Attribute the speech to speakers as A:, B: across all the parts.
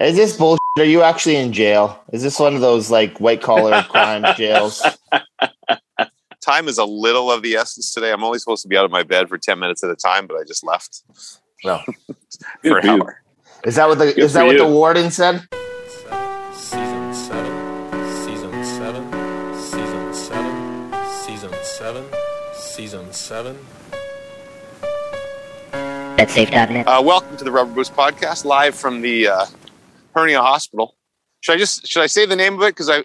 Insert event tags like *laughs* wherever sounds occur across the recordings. A: Is this bullshit? Are you actually in jail? Is this one of those like white
B: *laughs*
A: collar crime jails?
B: Time is a little of the essence today. I'm only supposed to be out of my bed for 10 minutes at a time, but I just left
A: No.
B: *laughs* for
C: Good
B: an
C: for you.
B: hour.
A: Is that what the
C: Good
A: is that
C: for
A: what the
C: you.
A: warden said?
D: Season 7, Season 7, Season 7, Season 7, Season 7.
E: BetSafe.net.
B: Uh, welcome to the Rubber Boots Podcast, live from the uh, hernia hospital. Should I just should I say the name of it because I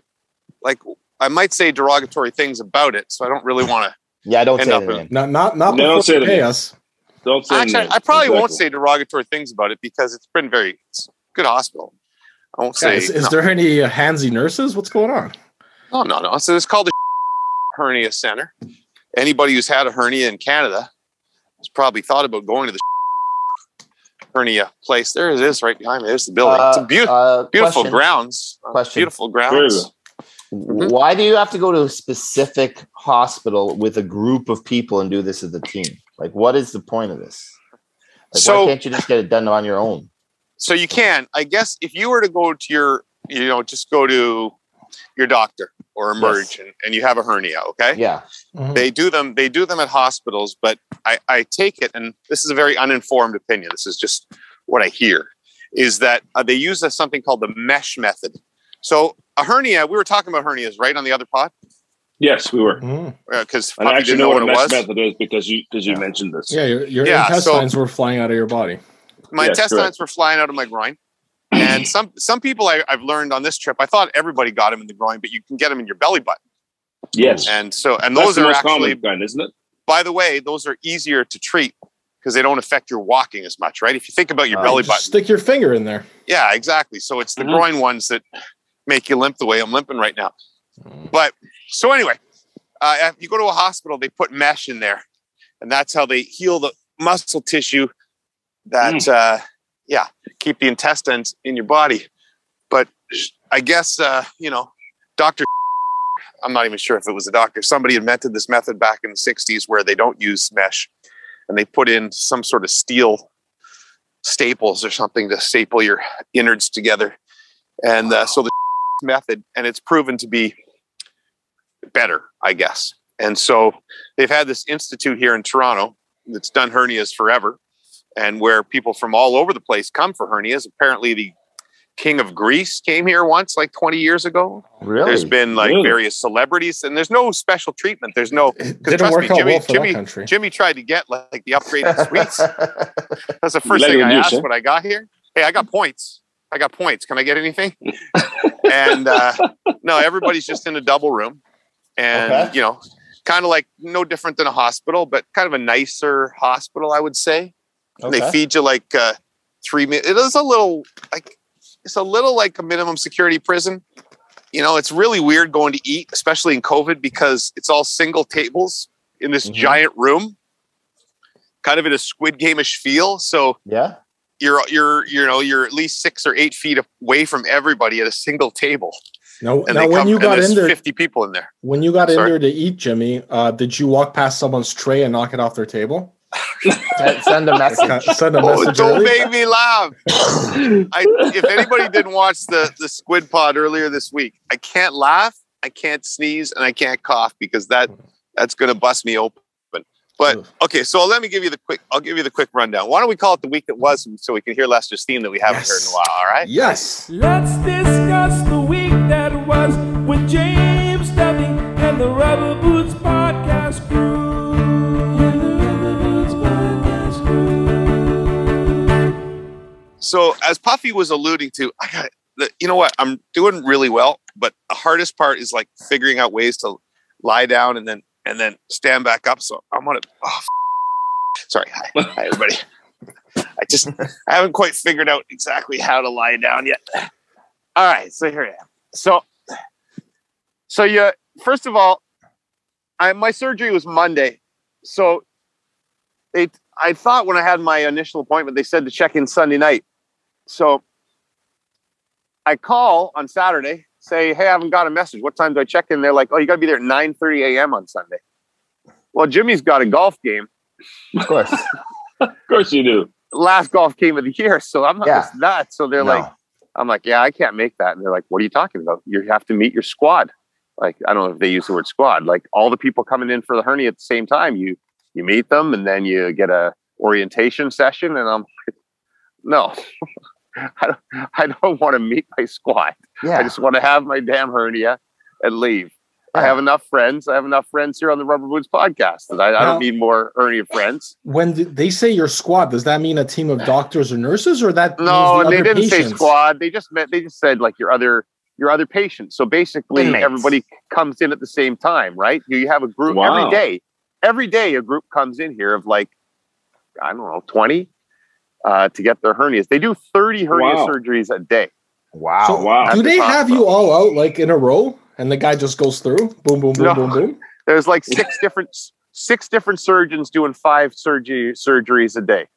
B: like I might say derogatory things about it, so I don't really want to.
A: Yeah, I don't
B: End
A: say
B: up
A: that
B: in-
A: name.
F: Not not not
C: No,
F: before
C: don't say
F: they
C: it
F: pay
C: again.
F: us.
C: Don't say
B: Actually,
C: names.
B: I probably won't
C: Exactly.
B: say derogatory things about it because it's been very it's a good hospital. I won't
F: Yeah,
B: say.
F: is, is
B: no.
F: there any uh, handsy nurses? What's going on?
B: No, Oh, no, no. So it's called the *laughs* hernia center. Anybody who's had a hernia in Canada has probably thought about going to the *laughs* hernia place. There it is, right behind me. There's the building. it's a beautiful,
A: uh,
B: beautiful
A: question.
B: grounds. Uh,
A: Question.
B: Beautiful
C: Very
B: grounds.
C: well.
A: Why do you have to go to a specific hospital with a group of people and do this as a team? Like, what is the point of this? Like,
B: So-
A: why can't you just get it done on your own?
B: So you can, I guess, if you were to go to your, you know, just go to your doctor or emerge and, and you have a hernia, okay?
A: Yeah,
F: Mm-hmm.
B: they do them they do them at hospitals but I, I take it and this is a very uninformed opinion this is just what i hear is that uh, they use a, something called the mesh method so a hernia we were talking about hernias right on the other pod
C: Yes, we were.
F: Mhm.
B: because
C: And I
B: I
C: actually
B: didn't
C: know what a
B: it
C: mesh
B: was
C: method is because you because you mentioned this.
F: Yeah, your, your
B: Yeah,
F: intestines were flying out of your body.
B: my
C: Yes,
B: intestines
C: correct.
B: were flying out of my groin and some some people I, i've learned on this trip i thought everybody got them in the groin but you can get them in your belly button
C: Yes,
B: and so and
C: That's
B: those
C: the
B: are
C: most
B: actually
C: common kind, isn't it?
B: by the way those are easier to treat because they don't affect your walking as much right if you think about your
A: Uh,
B: belly
F: Just
B: button
F: stick your finger in there.
B: Yeah, exactly. So it's the
C: Mhm.
B: groin ones that make you limp the way I'm limping right now. But so anyway, uh, if you go to a hospital, they put mesh in there, and that's how they heal the muscle tissue that, uh, yeah, keep the intestines in your body. But I guess uh, you know, Doctor. I'm not even sure if it was a doctor. Somebody invented this method back in the '60s where they don't use mesh, and they put in some sort of steel staples or something to staple your innards together. And uh, so the *laughs* method, and it's proven to be better, I guess. And so they've had this institute here in Toronto that's done hernias forever and where people from all over the place come for hernias. Apparently, the king of Greece came here once, like 20 years ago.
A: really.
B: There's been like
C: Really?
B: various celebrities, and there's no special treatment. There's no. trust
F: It didn't work
B: me,
F: out
B: Jimmy-
F: well for
B: Jimmy-
F: that country.
B: Jimmy tried to get like
A: *laughs*
B: the upgraded suites. That's the first
C: Let
B: thing
C: it
B: I
C: loose,
B: asked
C: eh?
B: when I got here. Hey, I got points. I got points. Can I get anything? and uh, no, everybody's just in a double room, and
A: Okay.
B: you know, kind of like no different than a hospital, but kind of a nicer hospital, I would say. And They
A: Okay.
B: feed you like uh, three. mi- It is a little like it's a little like a minimum security prison. You know, it's really weird going to eat, especially in COVID, because it's all single tables in this
A: Mhm.
B: giant room, kind of in a Squid Game-ish feel. So
A: yeah,
B: you're you're you know you're at least six or eight feet away from everybody at a single table,
F: Now,
B: and
F: now
B: they
F: when
B: come
F: you got
B: and there's
F: in there,
B: fifty people in there.
F: when you got in
B: Sorry.
F: there to eat, Jimmy, uh, did you walk past someone's tray and knock it off their table?
A: Send- send a
F: Kinda
A: message.
F: Send a
B: Oh,
F: message.
B: don't
F: early?
B: make me
F: *laughs*
B: laugh! I, if anybody didn't watch the the Squid Pod earlier this week, I can't laugh, I can't sneeze, and I can't cough because that that's going to bust me open. But okay, so let me give you the quick. I'll give you the quick rundown. Why don't we call it the week that was, so we can hear Lester's theme that we haven't
F: Yes.
B: heard in a while. All right.
F: Yes.
D: Let's discuss the week that was with James Duffy and the Rubber Boots Podcast Crew. And the Rubber Boots Podcast Crew.
B: So as Puffy was alluding to, I got the- you know what I'm doing really well, but the hardest part is like figuring out ways to lie down and then and then stand back up. So I'm gonna. Oh, f- sorry, hi, hi everybody. I just I haven't quite figured out exactly how to lie down yet. All right, so here I am. So so yeah, first of all, I my surgery was Monday, so they I thought when I had my initial appointment, they said to check in Sunday night. So I call on Saturday, say, Hey, I haven't got a message. What time do I check in? They're like, Oh, you got to be there at 9 30 a.m. on Sunday. Well, Jimmy's got a golf game,
A: Of course,
C: Of course you do.
B: last *laughs* golf game of the year. So I'm not
A: Yeah.
B: just nuts. So they're
A: No.
B: like, I'm like, yeah, I can't make that. And they're like, what are you talking about? You have to meet your squad. Like, I don't know if they use the word squad. Like all the people coming in for the hernia at the same time, you you meet them and then you get a orientation session. And I'm like, no, *laughs* I don't, I don't want to meet my squad. I
A: Yeah.
B: just want to have my damn hernia and leave. I have enough friends. I have enough friends here on the Rubber Boots podcast. And I, I
F: Now-
B: don't need more hernia friends.
F: When th- they say your squad, does that mean a team of doctors or nurses, or that
B: No,
F: means
B: and
F: the
B: they
F: other
B: didn't say
F: patients?
B: squad. They just meant they just said like your other your other patients. So basically,
A: Inmates.
B: everybody comes in at the same time, right? You you have a group
C: Wow.
B: every day. Every day, a group comes in here of like I don't know twenty uh, to get their hernias. They do thirty hernia
C: Wow.
B: surgeries a day.
A: Wow.
F: So
C: Oh, wow.
F: do
B: At the
F: they
B: top,
F: have you
B: though.
F: all out like in a row, and the guy just goes through? Boom, boom, boom,
B: No.
F: boom, boom.
B: There's like six different six different surgeons doing five surgery surgeries a day.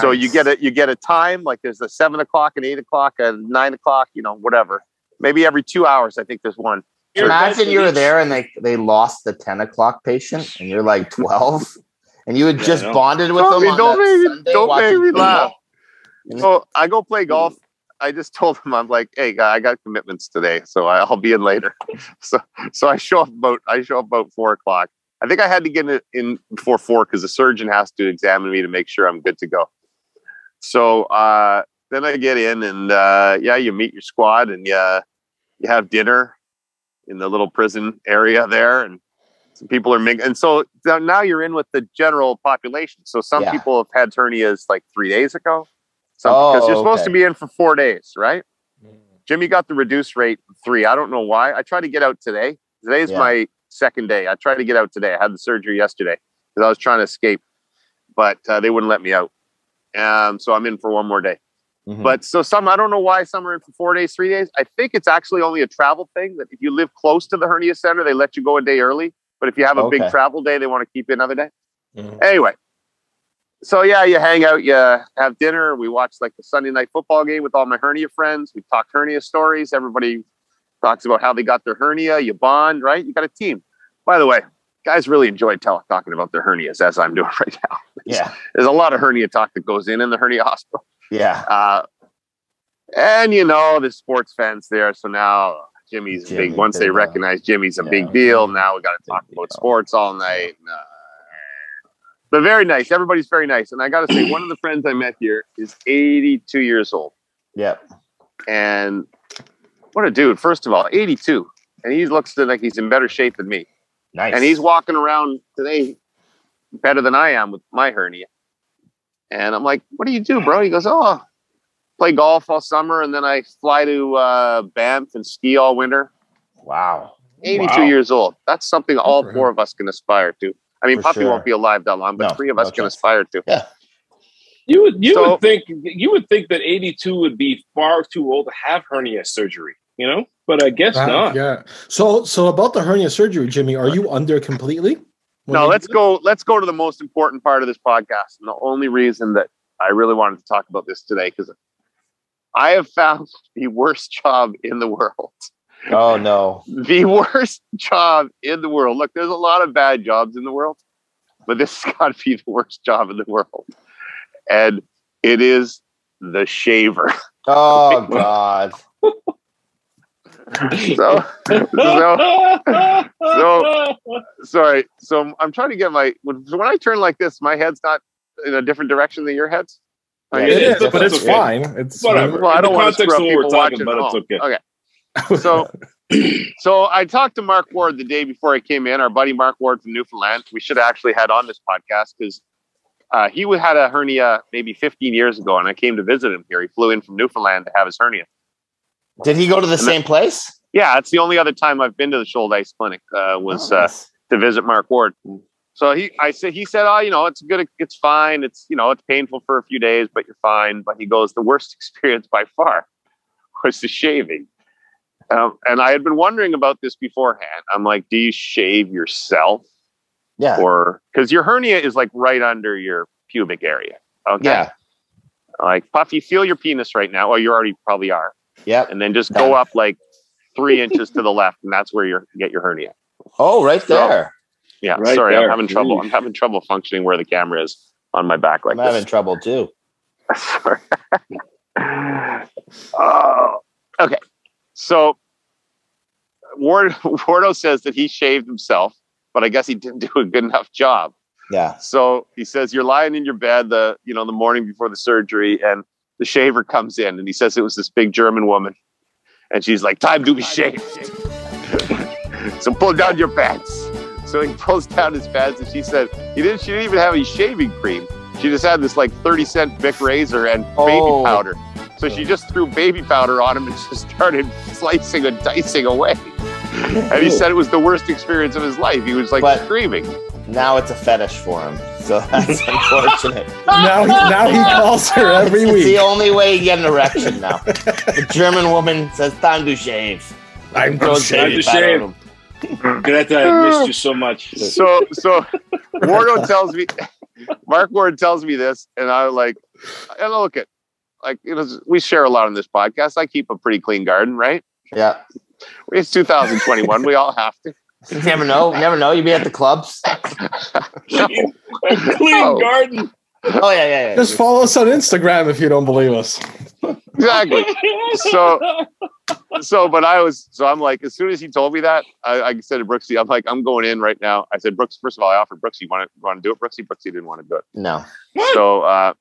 B: So you get a you get a time like there's a seven o'clock and eight o'clock and nine o'clock, you know, whatever. Maybe every two hours, I think there's one.
A: Imagine you were there and they they lost the ten o'clock patient, and you're like twelve, *laughs* and you had
C: Yeah, I
A: just
C: know.
A: bonded with
B: Don't
A: them.
B: be-
A: on
B: don't
A: that
B: make me-
A: Sunday
B: don't
A: watching
B: make me laugh.
A: football.
B: So I go play golf. I just told him I'm like, hey, guy, I got commitments today, so I- I'll be in later. *laughs* So so I show up about I show up about four o'clock. I think I had to get in- in before four because the surgeon has to examine me to make sure I'm good to go. So uh, then I get in and uh, yeah, you meet your squad and yeah, you have dinner in the little prison area there, and some people are mingling. And so so now you're in with the general population. So some
A: Yeah.
B: people have had hernias like three days ago. So
A: Oh,
B: because you're supposed to
A: okay. Mm.
B: be in for four days, right? Jimmy got the reduced rate of three. I don't know why. I tried to get out today. Today's
A: Yeah.
B: my second day. I tried to get out today. I had the surgery yesterday because I was trying to escape, but uh, they wouldn't let me out. Um, so I'm in for one more day.
A: Mhm.
B: But so some, I don't know why some are in for four days, three days. I think it's actually only a travel thing that if you live close to the hernia center, they let you go a day early. But if you have a
A: Okay.
B: big travel day, they want to keep you another day.
F: Mhm.
B: Anyway, so yeah, you hang out, you have dinner. We watch like the Sunday night football game with all my hernia friends. We talk hernia stories. Everybody talks about how they got their hernia. You bond, right? You got a team. By the way, guys really enjoy tell- talking about their hernias as I'm doing *laughs* right now.
A: yeah,
B: There's a lot of hernia talk that goes in in the hernia *laughs* hospital.
A: yeah.
B: Uh, and you know the sports fans there, so now Jimmy's a
A: Jimmy,
B: big. Once they
A: big, uh,
B: recognize Jimmy's a
A: yeah,
B: big deal,
A: big-
B: now we got to talk
A: big
B: about
A: deal.
B: sports all night. and, uh, but very nice. Everybody's very nice, and I got to say, one of the friends I met here is 82 years old,
A: Yep.
B: and what a dude! First of all, 82, and he looks like he's in better shape than me,
A: Nice.
B: and he's walking around today better than I am with my hernia. And I'm like, what do you do, bro? He goes, oh, play golf all summer. And then I fly to uh, Banff and ski all winter.
A: wow.
B: 82
C: Wow.
B: years old. That's something all
F: for
B: four of us can aspire to. I mean,
A: For
B: Puppy
A: sure.
B: won't be alive that long, but
A: No,
B: three of
A: no
B: us can
A: chance.
B: aspire to.
C: You would you
B: So-
C: would think you would think that 82 would be far too old to have hernia surgery, you know? But I guess
F: Wow,
C: not.
F: Ah, yeah. So, so about the hernia surgery, Jimmy, are you under completely? When
B: No,
F: you-
B: let's go. Let's go to the most important part of this podcast, and the only reason that I really wanted to talk about this today because I have found *laughs* the worst job in the world.
A: Oh no.
B: the *laughs* worst job in the world. Look, there's a lot of bad jobs in the world, but this has *laughs* got to be the worst job in the world. And it is the shaver. *laughs*
A: Oh god.
C: *laughs*
B: So, so sorry. So I'm trying to get my when, when I turn like this, my head's not in a different direction than your head's.
A: Yeah,
F: It
C: Yeah,
F: is, but it's
C: okay.
F: fine. It's
C: Whatever.
B: Well, I
C: In the
B: don't want to
C: context
B: screw
C: of
B: up
C: what we're
B: people
C: talking
B: watching
C: about,
B: at
C: it's
B: home.
C: okay.
B: So,
C: *clears throat*
B: so I talked to Mark Ward the day before I came in. Our buddy Mark Ward from Newfoundland. We should have actually had on this podcast because uh, he had a hernia maybe 15 years ago, and I came to visit him here. He flew in from Newfoundland to have his hernia.
A: Did he go to the same place?
B: Yeah, that's the only other time I've been to the Shoal Ice Clinic uh, was
A: Oh,
B: uh,
A: nice.
B: to visit Mark Ward.
A: Mm-hmm.
B: So he, I said, he said, oh, you know, it's good, it's fine, it's you know, it's painful for a few days, but you're fine. But he goes, the worst *laughs* experience by far was the shaving. Um, and I had been wondering about this beforehand. I'm like, do you shave yourself
A: yeah.
B: or because your hernia is like right under your pubic area? Okay.
A: yeah.
B: Like, Puffy, feel your penis right now. Well, you already probably are
A: Yep.
B: and then just
A: Done.
B: go up like three inches to the left, and that's where you get your hernia.
A: Oh, right
B: So,
A: there.
B: Yeah,
C: Right
B: sorry,
C: there.
B: I'm having trouble.
C: Jeez.
B: I'm having trouble functioning where the camera is on my back
A: I'm
B: like
A: having
B: this.
A: trouble too.
B: sorry. oh, So Ward, *laughs* Wardo says that he shaved himself, but I guess he didn't do a good enough job.
A: Yeah.
B: So he says you're lying in your bed the you know the morning before the surgery, and the shaver comes in and he says it was this big German woman, and she's like, "Time to be shaved." *laughs* so pull down your pants. So he pulls down his pants, and she said he didn't. She didn't even have any shaving cream. She just had this like thirty cent Bic razor and baby
A: Oh.
B: powder. So she just threw baby powder on him and *laughs* just started slicing and dicing away. And he said it was the worst experience of his life. He was like
A: But-
B: screaming.
A: Now it's a fetish for him. So *laughs* that's unfortunate.
F: Now, now he calls her every
A: it's the
F: week.
A: only way you get an erection now. the German woman says, time to shave.
F: I'm
A: Throws
F: saying-
A: baby
C: to
A: powder
C: shave.
A: on him.
C: Greta, I missed you so
B: *laughs*
C: much.
B: so so Wardo tells me *laughs* Mark Ward tells me this, and I like and I look at like it was we share a lot on this podcast. I keep a pretty clean garden, right?
A: Yeah.
B: It's 2021. we all have to.
A: You never know. Never know. You'd be at the clubs.
C: a *laughs* clean
B: No.
C: garden.
A: Oh, yeah, yeah, yeah.
F: Just follow us on Instagram if you don't believe us.
B: Exactly. So- So but I was so I'm like, as soon as he told me that, I, I said to Brooksy, I'm like, I'm going in right now. I said, Brooks, first of all, I offered Brooksy, you want to want to do it? Brooksy, Brooksy didn't want to do it.
A: no.
C: *laughs* What?
B: So uh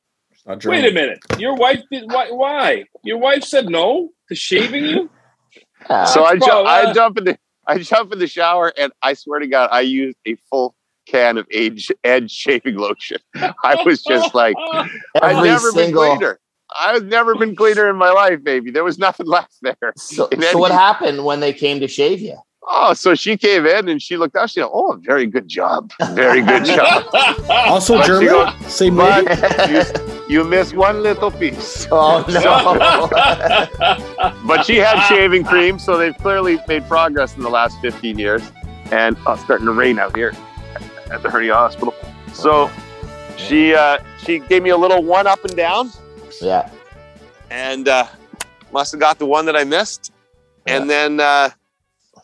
F: Not German.
C: Wait a minute. Your wife did why, why? Your wife said no to shaving you?
A: Yeah.
B: so I
C: Bro,
B: jump I
C: uh,
B: jump in the I jump in the shower and I swear to God, I used a full can of age edge shaving lotion. *laughs* *laughs* I was
C: *laughs*
B: just like I've
A: *laughs* every
B: never been
A: single.
B: cleaner. I've never been cleaner in my life, baby. There was nothing *laughs* left there.
A: So,
B: And
A: so
B: then
A: what
B: he-
A: happened when they came to shave you?
B: Oh, so she came in and she looked out. She said, "Oh, very good job, very
A: *laughs*
B: good job."
F: Also
B: But she
F: German? Say
B: But
F: maybe?
B: you, you missed one little piece.
A: Oh
B: *laughs*
A: no!
B: But she had
A: Ah.
B: shaving cream, so they've clearly made progress in the last 15 years. And oh, it's starting to rain out here at the hernia hospital. So she uh, she gave me a little one up and down.
A: yeah,
B: and uh, must have got the one that I missed. And then uh,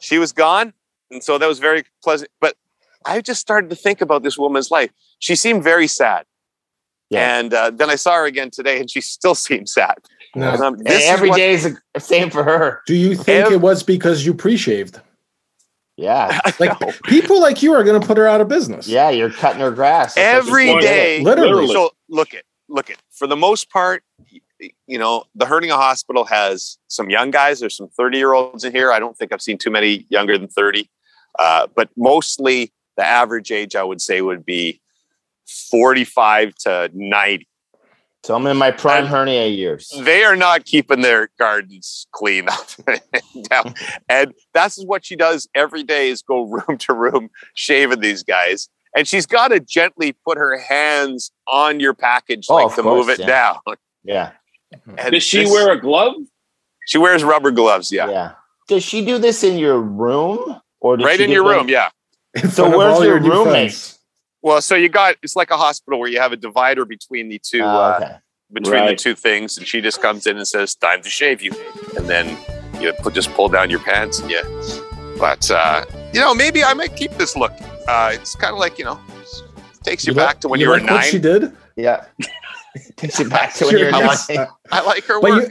B: she was gone, and so that was very pleasant. But I just started to think about this woman's life. She seemed very sad,
A: Yeah.
B: and uh, then I saw her again today, and she still *laughs* seemed sad.
F: No.
B: And I'm-
A: every
B: this
A: day
B: is what-
A: is the same for her.
F: Do you think
B: Ev-
F: it was because
B: *laughs*
F: you pre-shaved?
A: Yeah,
F: Like people like you are going to put her out of business.
A: yeah, you're cutting her grass That's what
B: every
A: she's doing.
B: day.
F: literally.
B: So look it, look it. For the most part, you know, the Hernia Hospital has some young guys. There's some 30 year olds in here. I don't think I've seen too many younger than 30, uh, but mostly the average age I would say would be 45 to 90.
A: So I'm in my prime
B: I'm-
A: hernia years.
B: They are not keeping their gardens clean *laughs* up and down. And that's what she does every day is go room to room shaving these guys. And she's got to gently put her hands on your package
A: Oh,
B: like
A: of
B: to
A: course,
B: move it
A: yeah.
B: down.
A: Yeah,
B: And
C: Does she
B: this-
C: wear a glove? *laughs*
B: She wears rubber gloves.
A: yeah,
B: Yeah,
A: Does she do this in your room or does
B: right
A: she
B: in
A: do
B: your
A: this-
B: room. Yeah.
F: In
A: So
F: front of
A: where's
F: all
A: your
F: new
A: roommates?
B: Well, so you got it's like a hospital where you have a divider between the two
A: Oh,
B: uh,
A: okay.
B: between
C: Right.
B: the two things, and she just comes in and says, "Time to shave you," and then you put, just pull down your pants and you. But uh, you know, maybe I might keep this look. Uh, it's kind of like you know, takes you,
F: like-
B: back to when you, were
F: like What
B: nine.
F: she did,
A: Yeah. *laughs* Takes you back to when you're
F: Sure.
A: nine.
F: *laughs*
B: I like her
F: but
B: work.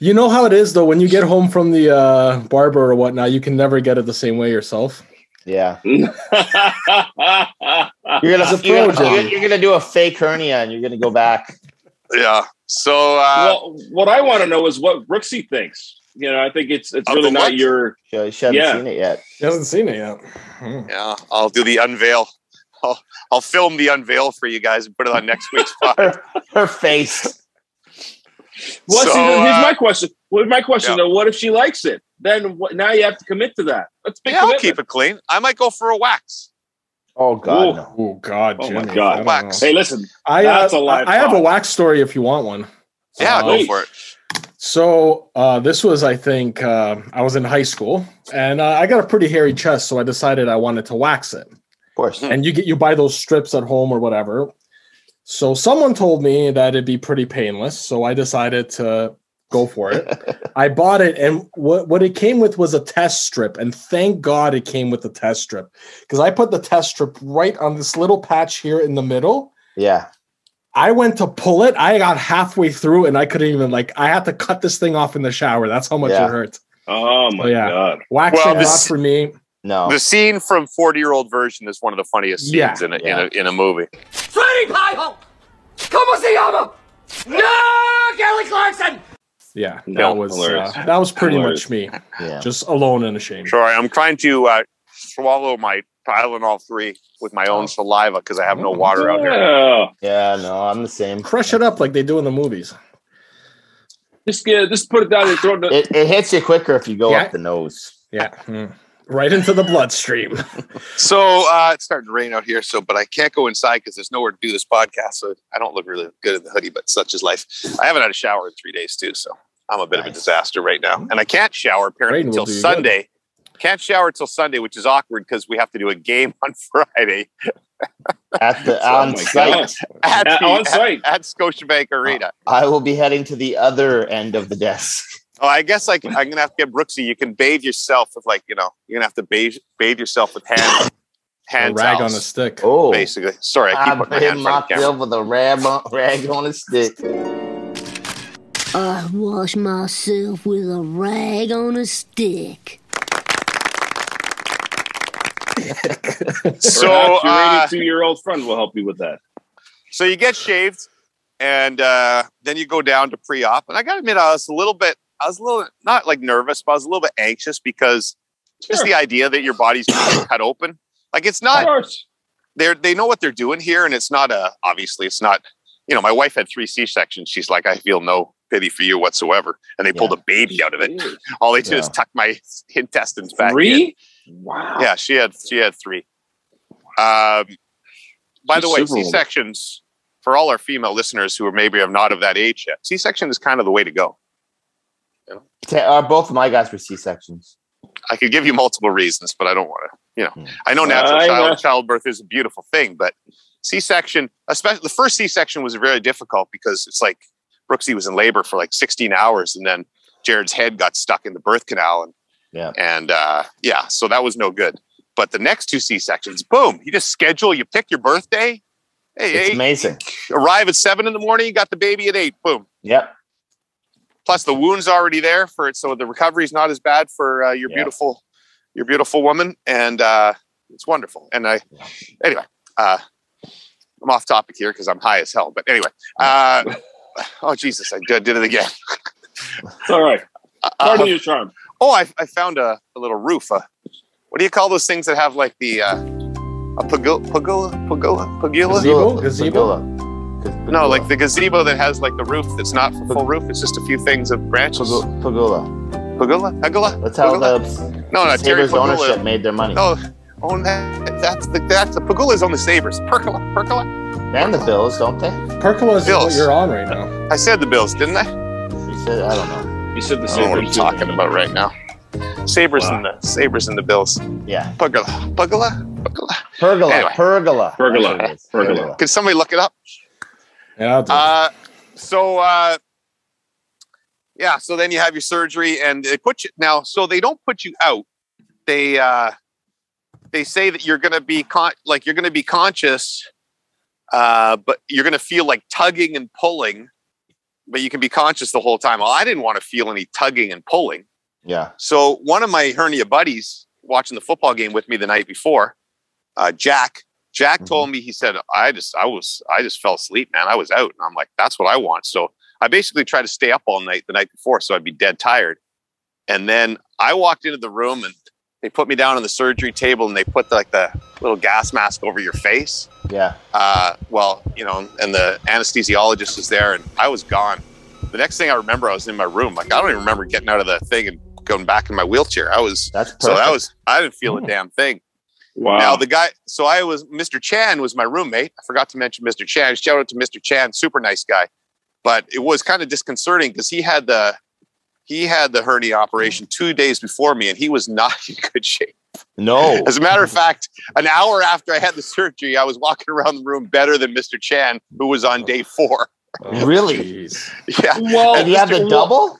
F: you, you know how it is though. When you get home from the uh, barber or whatnot, you can never get it the same way yourself.
A: Yeah.
C: That's
A: You're gonna,
F: It's a
A: you're, gonna,
F: pro, Johnny.
A: you're- you're gonna do a fake hernia and you're gonna go back.
B: yeah. So uh,
C: well, what I want to know is what Brooksy thinks. You know, I think it's it's
B: Of
C: really
B: the
C: not
B: what?
C: your
A: She, she hasn't
C: Yeah.
A: seen it yet.
F: She hasn't seen it yet.
C: Hmm.
B: yeah, I'll do the unveil. I'll, I'll film the unveil for you guys and put it on next week's pod.
A: Her, her face.
C: Well,
B: So,
C: see, here's
B: uh,
C: my question. Well, my question
B: yeah.
C: though, what if she likes it? Then what, now you have to commit to that. Let's be
B: Yeah, I'll keep it clean. I might go for a wax.
A: Oh God,
C: Ooh.
A: no.
F: Oh God,
C: Oh, my
F: Jimmy,
C: God.
F: I don't
B: Wax.
F: know.
C: Hey, listen.
F: I, uh,
C: That's a live
F: I, I have a
C: thought.
F: wax story if you want one.
B: Yeah,
F: Uh,
B: go
C: Please.
B: for it.
F: So uh, this was, I think, uh, I was in high school, and uh, I got a pretty hairy chest, so I decided I wanted to wax it.
A: Of course. *laughs*
F: and you get you buy those strips at home or whatever. So someone told me that it'd be pretty painless, so I decided to go for it. I bought it, and what what it came with was a test strip, and thank God it came with a test strip because I put the test strip right on this little patch here in the middle.
A: Yeah.
F: I went to pull it. I got halfway through and I couldn't even like I had to cut this thing off in the shower. That's how much
A: Yeah.
F: it hurt.
C: Oh my
F: Oh, yeah.
C: god.
F: Waxing
B: Well,
F: not
B: this-
F: for me.
A: No.
B: The scene from 40 year old version is one of the funniest scenes
F: Yeah,
B: in, a,
A: yeah.
B: in, a, in a movie.
F: Yeah, that
C: No,
F: was uh,
C: hilarious.
F: that was pretty
C: Hilarious.
F: much me.
A: Yeah.
F: Just alone and ashamed.
B: Sorry, I'm trying to uh, swallow my Tylenol 3 with my own saliva because I have no water out here.
C: Yeah.
A: Yeah. No, I'm the same.
F: Crush it up like they do in the movies.
C: Just yeah, just put it down your throat.
A: It, it hits you quicker if you go
F: Yeah.
A: up the nose.
F: Yeah. hmm. Right into the bloodstream.
B: So uh, it's starting to rain out here, so but I can't go inside because there's nowhere to do this podcast. So I don't look really good in the hoodie, but such is life. I haven't had a shower in three days too, so I'm a bit of a
A: Nice.
B: disaster right now, and I can't shower apparently
F: Rain will
B: until
F: do you good.
B: Sunday. Can't shower till Sunday, which is awkward because we have to do a game *laughs* on Friday
A: At
B: *laughs*
A: the
C: Oh
A: on
C: my
A: site,
B: at,
C: God.
B: the-
C: On site.
B: at Scotiabank Arena.
A: I will be heading to the other end of the
B: *laughs*
A: desk.
B: Oh, I guess like I'm gonna have to get Brooksy. You can bathe yourself with like you know you're gonna have to bathe bathe yourself with hand
F: *coughs* A
B: hand
F: rag on a
B: towels,
F: stick.
A: Oh,
B: basically. Sorry, I keep
A: I'm
B: putting my hand in
A: him
B: front of
A: up
B: the camera.
A: with a rag on, rag on a stick.
E: I wash myself with a rag on a stick.
B: So,
C: Perhaps your
B: uh,
C: 82 year old friend will help you with that.
B: So you get shaved, and uh, then you go down to pre-op. And I got to admit, I was a little bit, I was a little not like nervous, but I was a little bit anxious because just
C: Sure.
B: the idea that your body's going to cut open. Like it's
C: Of
B: not
C: course.
B: they are they know what they're doing here, and it's not a obviously it's not. You know, my wife had three C sections. She's like, I feel no pity for you whatsoever, and they pulled a baby out of it. All they did is
A: Yeah.
B: tuck my *laughs* intestines *laughs* back. in.
C: Three? Wow.
B: Yeah, she had she had three. Um, by
C: She's
B: the way,
C: super old.
B: C sections for all our female listeners who are maybe are not of that age yet. C section is kind of the way to go.
A: Te- uh, both of my guys were C sections.
B: I could give you multiple reasons, but I don't want to. You know,
A: Hmm.
B: I know natural
C: I
B: child,
C: know.
B: childbirth is a beautiful thing, but C section, especially the first C section, was very difficult because it's like Brooksy was in labor for like 16 hours, and then Jared's head got stuck in the birth canal, and
A: Yeah.
B: and uh, yeah, so that was no good. But the next two C sections, boom, you just schedule, you pick your birthday. Hey,
A: It's
B: hey,
A: amazing.
B: arrive at seven in the morning, you got the baby at eight, boom.
A: Yep.
B: Plus the wound's already there for it, so the recovery's not as bad for uh, your
A: Yeah.
B: beautiful, your beautiful woman, and uh, it's wonderful. And I,
A: Yeah.
B: anyway, uh, I'm off topic here because I'm high as hell. But anyway, uh, oh Jesus, I did did it again.
C: It's all right. Part
B: Uh,
C: of your charm.
B: oh, I, I found a, a little roof. Uh, what do you call those things that have like the uh, a pagula, pagula, pagula, pagula?
F: Gazebo? Gazebo?
A: Pagula. Gaz-
B: No,
A: Pagula.
B: like the gazebo that has like the roof that's not a full roof. It's just a few things of branches.
A: Pagu- Pagula.
B: Pagula? Pagula?
A: That's how
B: Pagula?
A: the
B: No, no, Terry Oh.
A: Sabres
B: Pagula.
A: ownership made their money.
B: No, own that. That's the that's the Pagula's on the Sabres. Percola, Percola.
A: And the Bills, don't they?
F: Percola is
B: Bills.
F: what you're on right now.
B: I said the Bills, didn't I? I
A: You said, I don't know.
C: You said the
B: don't know
C: same
B: what I'm
C: thing.
B: talking about right now. Sabres and the Sabres and the Bills.
A: Yeah.
B: Pagula, Pagula, Pagula.
A: Pergola.
B: Anyway.
A: Pergola.
C: Pergola.
A: That's what it is.
C: Pergola.
B: Could somebody look it up?
F: Yeah, I'll do it.
B: Uh, so uh, yeah, so then you have your surgery, and they put you now. So they don't put you out. They uh, they say that you're going to be con- like you're going to be conscious, uh, but you're going to feel like tugging and pulling, but you can be conscious the whole time. Well, I didn't want to feel any tugging and pulling.
A: Yeah.
B: So one of my hernia buddies watching the football game with me the night before, uh, Jack. Jack
A: Mhm.
B: told me he said I just I was I just fell asleep, man. I was out, and I'm like, that's what I want. So I basically tried to stay up all night the night before, so I'd be dead tired. And then I walked into the room, and they put me down on the surgery table, and they put like the little gas mask over your face.
A: Yeah.
B: Uh, well, you know, and the anesthesiologist was there, and I was gone. The next thing I remember, I was in my room. Like I don't even remember getting out of the thing and going back in my wheelchair. I was
A: That's perfect.
B: so that was I didn't feel
A: Hmm.
B: a damn thing.
C: Wow.
B: Now
C: *laughs*
B: the guy, so I was Mr. Chan was my roommate. I forgot to mention Mr. Chan. Shout out to Mr. Chan, super nice guy. But it was kind of disconcerting because he had the he had the hernia operation two days before me, and he was not *laughs* in good shape.
A: no.
B: *laughs* As a matter of fact, an hour after I had the surgery, I was walking around the room better than Mr. Chan, who was on day four. *laughs*
F: Oh,
A: really?
F: jeez.
B: Yeah,
C: well,
A: Did you have the
C: Mr.
A: double?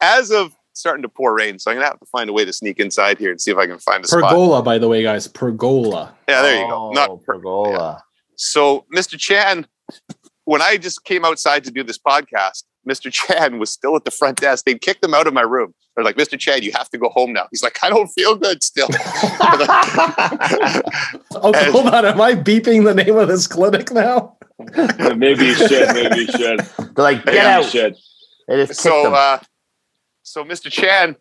B: as of starting to pour rain, so I'm gonna have to find a way to sneak inside here and see if I can find a spot.
F: Pergola, by the way, guys. Pergola.
B: Yeah, there you go. Not
A: Oh, Pergola.
B: So Mr. Chan when I just came outside to do this podcast, Mr. Chan was still at the front desk. They kicked him out of my room. They're like, Mr. Chan, you have to go home now. He's like, I don't feel good still. *laughs*
F: Oh,
B: And-
F: hold on. Am I beeping the name of this clinic now?
C: maybe you should.
A: *laughs*
C: Maybe you should.
A: They're like, get
C: Maybe you
A: out.
C: should.
A: They just kicked
B: so
A: them.
B: uh so mr chan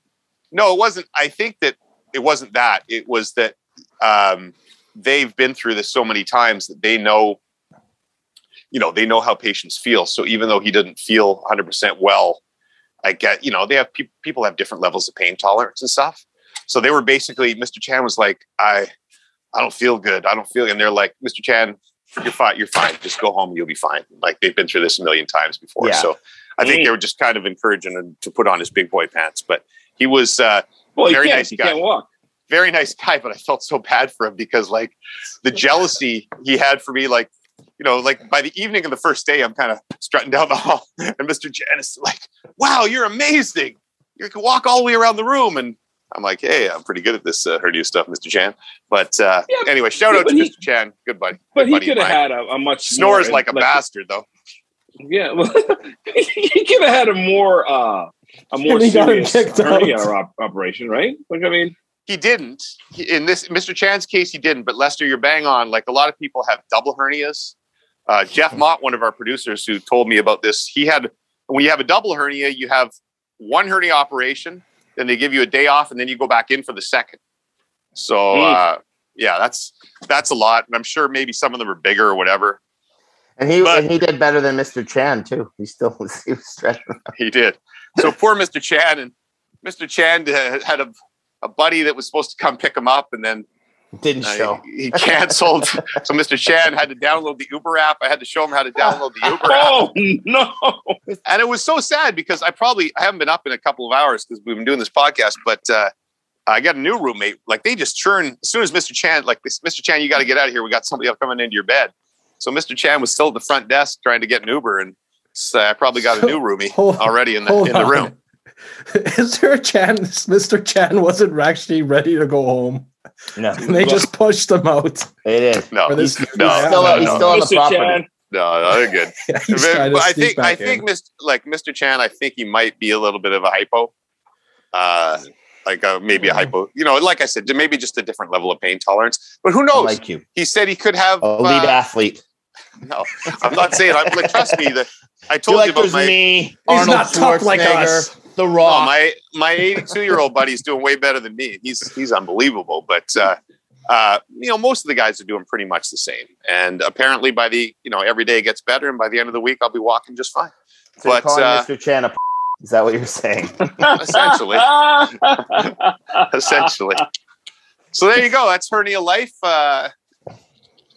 B: no it wasn't i think that it wasn't that it was that um they've been through this so many times that they know you know they know how patients feel so even though he didn't feel 100% well i get you know they have peop people have different levels of pain tolerance and stuff so they were basically mr chan was like i i don't feel good i don't feel and they're like mr chan you're fine you're fine just go home you'll be fine like they've been through this a million times before
A: Yeah.
B: so I think they were just kind of encouraging him to put on his big boy pants. But he was uh,
C: Well, you
B: Very
C: can't.
B: nice
C: you
B: guy.
C: can't walk.
B: very nice guy, but I felt so bad for him because like the jealousy he had for me, like you know, like by the evening of the first day, I'm kind of strutting down the *laughs* hall, and Mr. Janice is like, "Wow, you're amazing! You can walk all the way around the room." And I'm like, "Hey, I'm pretty good at this uh, hernia stuff, Mr. Chan." But uh,
C: Yeah,
B: anyway, shout
C: yeah,
B: out
C: but
B: to
C: he-
B: Mr. Chan, good buddy.
C: But he
B: buddy
C: could have
B: Brian.
C: had a, a much
B: Snores
C: more-
B: like a bastard, though.
C: Yeah, well, *laughs* he could have had a more uh, a more
F: And he got him
C: serious
F: kicked
C: hernia
F: out.
C: op- operation, right? Like, I mean,
B: he didn't He- in this mr chan's case he didn't but lester you're bang on like a lot of people have double hernias uh, jeff mott one of our producers who told me about this he had when you have a double hernia you have one hernia operation then they give you a day off and then you go back in for the second so uh, yeah that's that's a lot and i'm sure maybe some of them are bigger or whatever
A: and he
B: but-
A: and he did better than Mr. Chan too. He still *laughs* was he was stretching. *laughs*
B: he did. So poor Mr. Chan and Mr. Chan uh, had a, a buddy that was supposed to come pick him up, and then
A: Didn't
B: uh,
A: show.
B: he, *laughs* he canceled. so Mr. Chan had to download the Uber app. I had to show him how to download the Uber app,
C: oh no!
B: and it was so sad because I probably I haven't been up in a couple of hours because we've been doing this podcast, but. uh I got a new roommate. Like they just churn as soon as Mr. Chan, like this, Mr. Chan, you got to get out of here. We got somebody else coming into your bed. So Mr. Chan was still at the front desk trying to get an Uber, and so I probably got a new roomie
F: Hold-
B: already in the
F: Hold
B: in the
F: on. *laughs*
B: room.
F: Is there a chance Mr. Chan wasn't actually ready to go home?
A: No,
F: And they just pushed him out. *laughs*
A: it is.
B: No,
F: Or
B: no,
F: this-
A: He's, he's
B: no,
A: still,
B: no,
A: he's
B: no.
A: still on the
C: Mr.
A: property.
C: Chan,
B: no, they're good.
F: He's
B: But-
F: trying to
B: but I
F: sneak
B: think I
F: back in.
B: think Mr. like Mr. Chan, I think he might be a little bit of a hypo, uh, like uh maybe a hypo. You know, like I said, maybe just a different level of pain tolerance. But who
A: I
B: knows?
A: like you,
B: he said he could have.
A: elite
B: Uh,
A: athlete.
B: no, I'm not saying. I'm like, trust me. That I
A: You're
B: told you
A: like
B: about
A: there's
B: my.
A: me,
F: He's
A: Arnold
F: not tough like
A: Schwarzenegger,
F: us.
A: The
B: Oh,
A: Rock.
B: my my 82 year old buddy's doing way better than me. He's he's unbelievable. But uh, uh, you know, most of the guys are doing pretty much the same. And apparently, by the you know, every day it gets better, and by the end of the week, I'll be walking just
F: *laughs*
B: fine.
A: so you're
B: but,
A: calling
B: uh,
A: Mr. Chan a p- *laughs* is that what you're saying? *laughs*
C: *laughs*
B: Essentially. *laughs* essentially. So there you go. That's hernia life. Uh,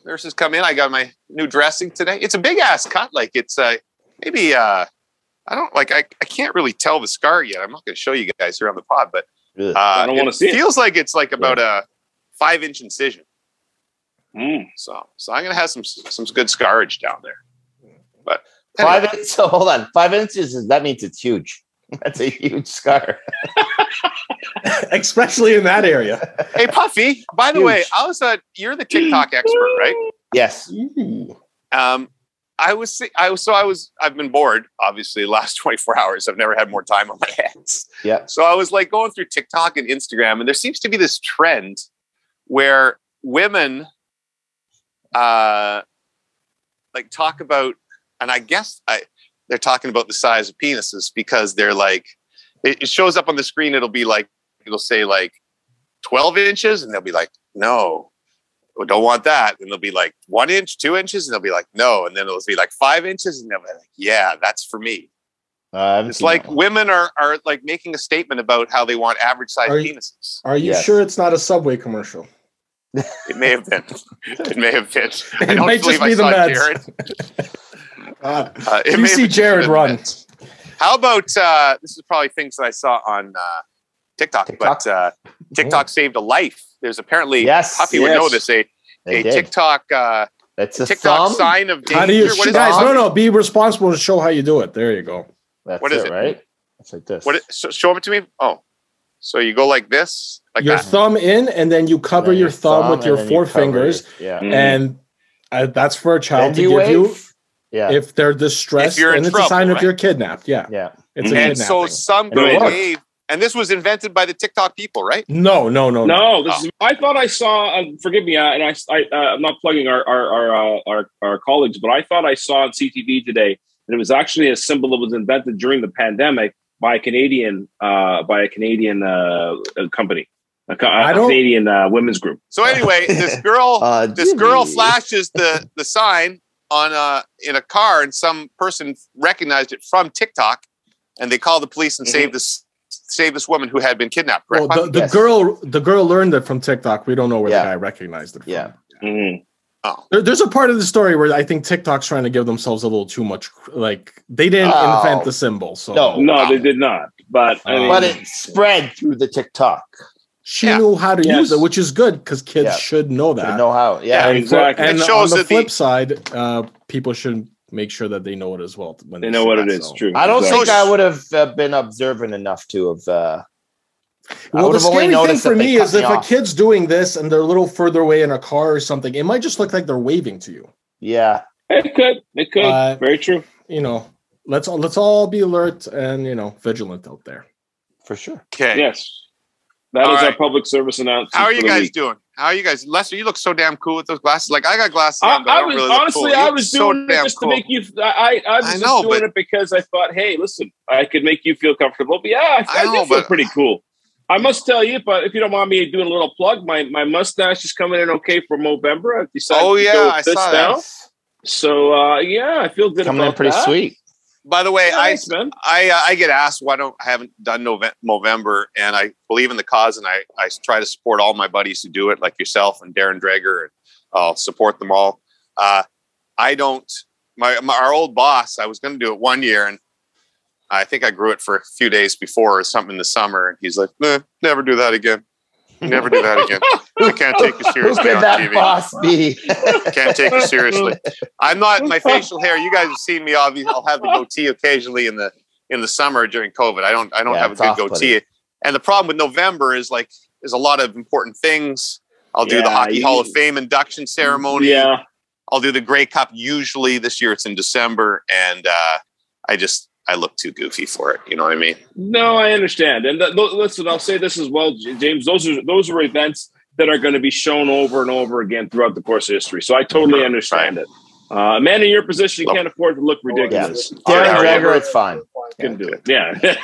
B: nurses come in. I got my new dressing today. It's a big ass cut. Like it's uh, maybe uh, I don't like I, I can't really tell the scar yet. I'm not going to show you guys here on the pod, but
A: Ugh.
B: uh,
C: I don't wanna see it.
B: Feels like it's like about a five inch incision.
C: Mm.
B: So so I'm going to have some some good scarage down there. But anyway,
A: Five inches. So hold on. Five inches. is- That means it's huge. *laughs* That's a huge scar.
F: *laughs*
A: *laughs*
F: Especially in that area.
B: hey Puffy. By the way,
A: Huge.
B: I was at you're the TikTok expert, right?
A: Yes.
B: Um, I was, si- I was, so I was, I've been bored, obviously, the last *laughs* 24 hours. I've never had more time on my *laughs* hands.
A: Yeah.
B: So I was like going through TikTok and Instagram, and there seems to be this trend where women, uh, like talk about, and I guess I, they're talking about the size of penises because they're like, it, it shows up on the screen. It'll be like, it'll say like 12 inches, and they'll be like, no, well, don't want that. And they'll be like one inch, two inches, and they'll be like, no. And then it'll be like five inches, and they'll be like, yeah, that's for me.
A: Uh, I haven't
B: It's
A: seen
B: like
A: that one.
B: women are are like making a statement about how they want average sized
F: Are you-
B: penises.
F: Are you
A: Yes.
F: sure it's not a subway commercial?
B: It may have been. It may have been. I
F: *laughs* It
B: don't
F: might just
B: believe I
F: be
B: saw
F: the meds.
B: Jared.
F: *laughs* God.
B: Uh, it
F: you
B: may
F: see
B: have
F: Jared
B: been
F: run.
B: meds. How about uh, this is probably things that I saw on uh, TikTok,
A: TikTok?
B: but uh, TikTok saved a life. There's apparently
A: Yes,
B: Puffy would
C: yes.
B: know this a,
A: They
B: a
A: did.
B: TikTok uh,
A: That's a
B: TikTok
A: thumb.
B: sign of danger.
F: How do you,
B: What is
F: guys?
B: it?
F: No, no. Be responsible to show how you do it. There you go.
A: That's
B: What is it?
A: right? It's like this.
B: What? So, show them to me. Oh, so you go like this, like
F: your
B: that.
F: thumb in, and then you
A: And
F: cover
A: then
F: your thumb with
A: and
F: your
A: then you
F: four
B: Mm-hmm.
A: cover your-
F: fingers,
A: yeah.
C: Mm.
F: and uh, that's for a child
A: Bendy
F: to give you.
A: wave. Yeah.
F: if they're distressed
B: If you're in
F: and it's
B: trouble,
F: a sign
B: right? Mm-hmm.
F: if you're kidnapped. Yeah.
A: yeah.
F: It's a
B: and
F: kidnapping.
B: so some
C: And it
B: guy
C: worked.
B: gave, and this was invented by the TikTok people, right?
F: no, no, no, no.
C: No, this is, I thought I saw. Uh, forgive me, uh, and I, I uh, I'm not plugging our our our, uh, our our colleagues, but I thought I saw on CTV today that it was actually a symbol that was invented during the pandemic by a Canadian uh, by a Canadian uh, uh, company, a, co-
F: I
C: a
F: don't-
C: Canadian uh, women's group. *laughs*
B: So anyway, this girl,
A: Uh,
B: this girl
A: Jimmy.
B: flashes the the sign on uh in a car, and some person recognized it from TikTok, and they call the police and
C: Mm-hmm.
B: save this save this woman who had been kidnapped. Correct?
F: Well, the, the
A: Yes.
F: girl, the girl learned it from TikTok. We don't know where
A: Yeah.
F: the guy recognized it. From.
A: Yeah.
C: Mhm.
F: There- there's a part of the story where I think TikTok's trying to give themselves a little too much. Like they didn't
A: Oh.
F: invent the symbol, so
A: No.
C: No, they did not. But I
F: Uh,
C: mean,
A: But it spread through the TikTok.
F: she
B: Yeah.
F: knew how to
C: Yes.
F: use it, which is good because kids
A: Yeah.
F: should know
A: Should
F: that.
A: know how. Yeah.
C: Yeah.
F: And, for-
C: Exactly.
F: and
B: It shows
F: on the
B: that the-
F: flip side, uh, people should make sure that they know it as well. When
C: they know what
F: see
C: it
F: that,
C: is.
F: so.
C: True.
A: I don't
C: Exactly.
A: think I would have uh, been observant enough to have. Uh, I
F: Well, the
A: would've only
F: scary thing
A: noticed
F: for
A: if they
F: me
A: cut
F: is
A: me
F: if
A: off.
F: a kid's doing this and they're a little further away in a car or something, it might just look like they're waving to you.
A: yeah.
C: It could. It could.
F: Uh,
C: Very true.
F: You know, let's all, let's all be alert and you know vigilant out there.
A: For sure.
B: okay.
C: Yes. That is
B: All
C: our
B: right.
C: public service announcement.
B: How are
C: for
B: you
C: the
B: guys
C: week.
B: doing? How are you guys, Lester? You look so damn cool with those glasses. Like I got glasses
C: I,
B: on, but I,
C: I
B: don't
C: was
B: really look
C: honestly,
B: cool. You
C: I
B: look
C: was
B: so
C: doing it
B: damn
C: just
B: cool.
C: to make you. I I, I was
B: I
C: just
B: know,
C: doing
B: but-
C: it because I thought, hey, listen, I could make you feel comfortable. But yeah,
B: I
C: I, I,
B: know,
C: do feel
B: but-
C: pretty cool. I must tell you, but if you don't mind me doing a little plug, my, my mustache is coming in okay for Movember. I've decided
B: Oh,
C: to
B: yeah,
C: go with
B: I
C: this
B: saw that.
C: now. So uh, yeah, I feel good
A: Coming
C: about
A: in pretty
C: that.
A: sweet.
B: By the way, I
C: Thanks, man.
B: I, uh, I get asked why don't I haven't done Nove- Movember, and I believe in the cause, and I, I try to support all my buddies who do it, like yourself and Darren Dreger, and I'll support them all. Uh, I don't. My, my our old boss, I was going to do it one year, and I think I grew it for a few days before or something in the summer, and he's like, "Nah, "Never do that again. Never do that
A: *laughs*
B: again. I can't take you
A: Who
B: seriously
A: could
B: on
A: that
B: TV.
A: boss be? *laughs*
B: Can't take you seriously. I'm not
C: *laughs*
B: my facial hair. You guys have seen me. Obviously, I'll have the goatee occasionally in the in the summer during COVID. I don't I don't
A: Yeah,
B: have a
A: it's
B: good
A: off-putting.
B: goatee. And the problem with November is like there's a lot of important things. I'll do the
C: Yeah,
B: Hockey
C: you-
B: Hall of Fame induction ceremony.
C: Yeah,
B: I'll do the Grey Cup. Usually this year it's in December, and uh, I just I look too goofy for it. You know what I mean?
C: no, I understand. And th- th- listen, I'll say this as well, J- James. Those are those are events that are going to be shown over and over again throughout the course of history. So I totally understand it. Uh, a man in your position
B: Well-
C: can't afford to look ridiculous.
A: Darren
B: Yeah.
A: Dreger, it's fine.
C: Couldn't do it. Yeah. *laughs*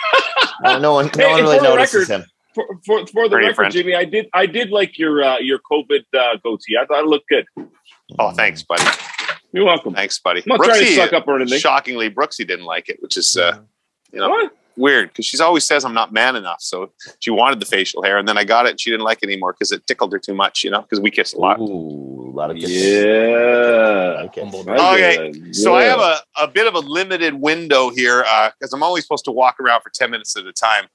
A: No, no one,
C: Hey,
A: no one
C: and
A: really
C: for the
A: notices
C: record-
A: him.
C: for, for, for the
B: Pretty
C: record,
B: friend.
C: Jimmy, I did I did like your uh, your COVID uh, goatee. I thought it looked good.
B: Oh,
A: Mm.
B: thanks, buddy.
C: You're welcome.
B: Thanks, buddy.
C: I'm not trying to suck up or anything.
B: shockingly, Brooksy didn't like it, which is
A: Mm.
B: uh, you know
C: What?
B: weird because she's always says I'm not man enough. So she wanted the facial hair, and then I got it, and she didn't like it anymore because it tickled her too much. You know, because we kissed a lot.
A: Ooh, a lot of kisses.
C: Yeah.
A: Okay.
F: Humble brag.
B: Okay,
C: Yeah.
B: So I have a, a bit of a limited window here because I'm only supposed to walk around for ten minutes at a time.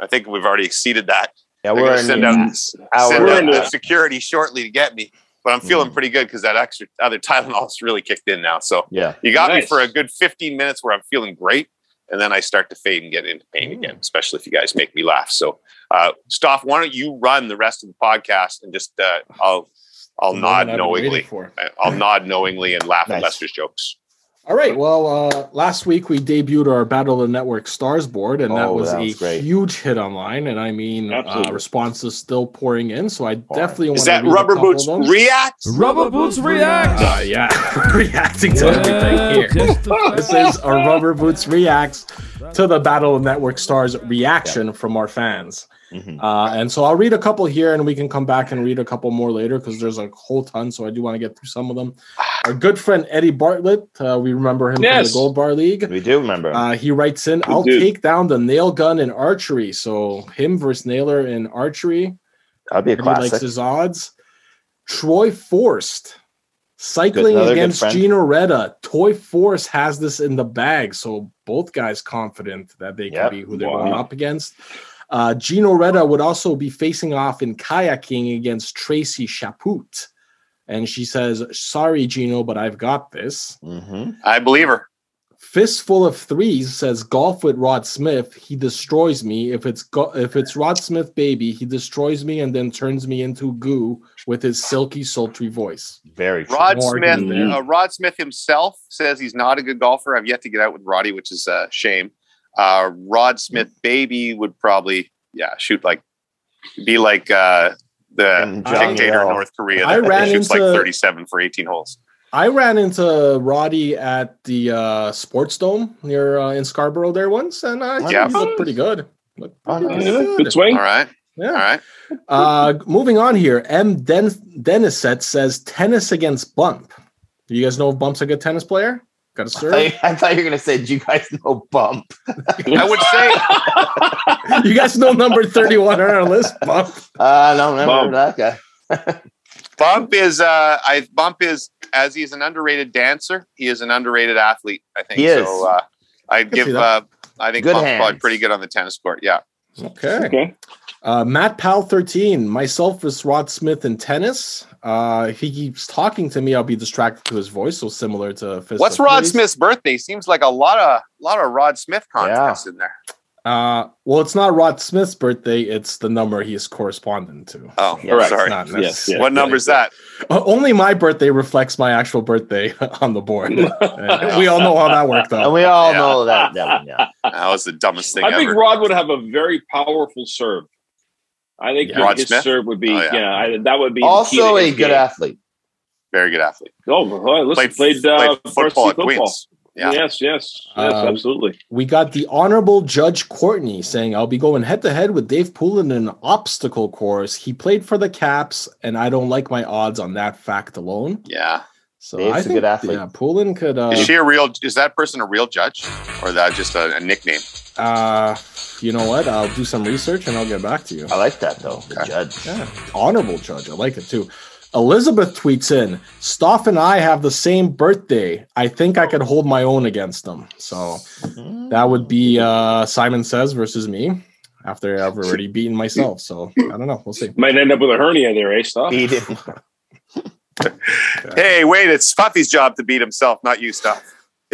B: I think we've already exceeded that.
A: Yeah,
B: They're
A: we're
B: gonna
A: in
B: send
A: the
B: out
A: *laughs* hour.
B: send
C: We're
B: out
C: in
B: the
C: it.
B: security shortly to get me, but I'm feeling
A: Mm.
B: pretty good because that extra other *laughs* Tylenol's really kicked in now. So
A: Yeah.
B: you got me
C: Nice.
B: for a good 15 minutes where I'm feeling great. And then I start to fade and get into pain again, especially if you guys make me laugh. So, uh, Stoff, why don't you run the rest of the podcast and just uh, I'll I'll
F: The moment
B: nod
F: I've been waiting
B: knowingly.
F: for.
B: I'll nod knowingly and laugh at
A: Nice.
B: Lester's jokes.
F: All right. Well, uh, last week we debuted our Battle of the Network Stars board, and that
A: Oh,
F: was
A: that
F: a
A: was great.
F: huge hit online. And I mean, uh,
C: Absolutely.
F: responses still pouring in. So I definitely want
B: Is that rubber boots react?
D: Rubber Boots Reacts.
F: Uh, yeah, *laughs* reacting to
D: Yeah,
F: everything here.
D: just the
F: *laughs* This is a rubber boots reacts to the Battle of Network Stars reaction from our fans.
A: Mhm.
F: Uh, and so I'll read a couple here and we can come back and read a couple more later because there's a whole ton. So I do want to get through some of them. Our good friend Eddie Bartlett, uh, we remember him from
C: Yes.
F: the Gold Bar League.
A: We do remember. him.
F: Uh, he writes in, I'll
C: dude.
F: take down the nail gun in archery. So him versus Naylor in archery.
A: That'd be a
F: He likes
A: classic.
F: his odds. Troy Forst, cycling
A: another good
F: against
A: friend.
F: Gino Retta. Troy Forst has this in the bag. So both guys confident that they
A: Yep.
F: can be who they're
C: Wow.
F: going up against. Uh, Gino Retta would also be facing off in kayaking against Tracy Chaput. And she says, Sorry, Gino, but I've got this.
A: Mhm.
B: I believe her.
F: Fistful of Threes says golf with Rod Smith. He destroys me. If it's go- if it's Rod Smith, baby, he destroys me and then turns me into goo with his silky, sultry voice.
A: Very true.
B: Rod
F: More
B: Smith,
C: than that.
B: uh, Rod Smith himself says he's not a good golfer. I've yet to get out with Roddy, which is a shame. Uh, Rod Smith, baby, would probably yeah shoot like be like uh, the
A: And John
B: dictator in
A: Wall.
B: North Korea.
F: I
B: That
F: ran
B: shoots like
F: into-
B: thirty-seven for eighteen holes.
F: I ran into Roddy at the uh, Sports Dome near uh, in Scarborough there once, and I
B: Yeah.
F: yeah. he looked pretty good. Looked
A: Oh,
F: pretty
A: nice.
F: good.
C: Good swing.
B: All right, all
F: Yeah.
B: right.
F: Uh, moving on here, M. Den- Deniset says tennis against Bump. Do you guys know if Bump's a good tennis player? Got
B: *laughs*
F: to serve.
A: I, I thought you were gonna say, "Do you guys know Bump?"
B: I would say
F: you guys know number 31 on our list, Bump.
A: Uh, I don't remember that
C: Bump.
A: guy.
B: Bump is uh, I Bump is as he's an underrated dancer. He is an underrated athlete. I think
A: He is.
B: so. Uh, I'd
F: can
B: give.
F: see that.
B: Uh, I think
A: Good
B: Bump's probably
A: hands.
B: pretty good on the tennis court. Yeah.
F: Okay.
C: Okay.
F: Uh, Matt Powell 13. Myself is Rod Smith in tennis. Uh, if he keeps talking to me, I'll be distracted to his voice. So similar to Fist
B: What's
F: of
B: Rod
F: Furies.
B: Smith's birthday? Seems like a lot of lot of Rod Smith contests in there.
F: Uh, well, it's not Rod Smith's birthday. It's the number he is corresponding to.
B: Oh,
A: Yeah,
F: It's
B: sorry.
F: not
C: Yes,
F: necessarily-
C: yes.
B: What number's that?
F: Uh, Only my birthday reflects my actual birthday *laughs* on the board. And we all know how that worked
A: And
F: out.
A: we all
B: Yeah.
A: know that. that one, yeah.
B: That was the dumbest thing
C: I think
B: ever.
C: Rod would have a very powerful serve. I think
F: Yeah.
B: Rod
C: his
B: Smith?
C: serve would be,
B: Oh, yeah.
C: yeah, I, that would be the key
A: Also,
C: to
A: a
C: his
A: good
C: game.
A: athlete.
B: Very good athlete.
C: Oh, well, listen, played,
B: played
C: uh, varsity
B: football at
C: football.
B: Queens. Yeah.
C: Yes, yes, yes,
F: Um,
C: absolutely.
F: We got the Honorable Judge Courtney saying, I'll be going head to head with Dave Poulin in an obstacle course. He played for the Caps, and I don't like my odds on that fact alone.
B: Yeah.
F: So
A: Dave's
F: I
A: a
F: think
A: good athlete.
F: Yeah, Poulin could. Uh,
B: Is she a real? Is that person a real judge, or that just a, a nickname?
F: uh, you know what? I'll do some research and I'll get back to you.
A: I like that though. The
B: Okay.
A: judge. *laughs*
F: Yeah, honorable judge. I like it too. Elizabeth tweets in, Stoff and I have the same birthday. I think I could hold my own against them. So that would be uh, Simon Says versus me after I've already beaten myself. So I don't know. We'll see. *laughs*
C: Might end up with a hernia there, eh, Stop?
A: Beat him.
B: Hey, wait! It's Puffy's job to beat himself, not you, stuff.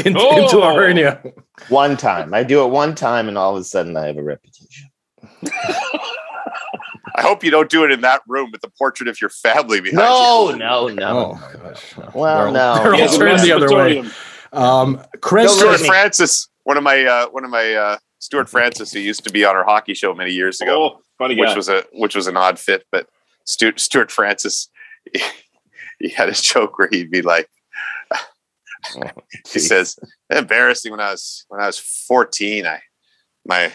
F: In-
C: Oh!
F: Into a hernia.
A: one time. I do it one time, and all of a sudden, I have a
B: *laughs*
A: reputation.
B: I hope you don't do it in that room with the portrait of your family behind
A: No,
B: you.
A: no,
F: Oh,
A: no.
F: my gosh.
A: Well,
F: They're all-
A: no.
F: They're all
A: Yeah, the
F: turned the other way.
C: Masturbatorium.
F: Um, Chris,
A: Don't
B: Stuart
A: Listen.
B: Francis, one of my uh, one of my uh, Stuart Francis, who used to be on our hockey show many years ago.
C: Oh, funny guy.
B: which was a which was an odd fit. But Stuart, Stuart Francis, he, had a joke where he'd be like, he says, "Embarrassing when I was when I was fourteen, I my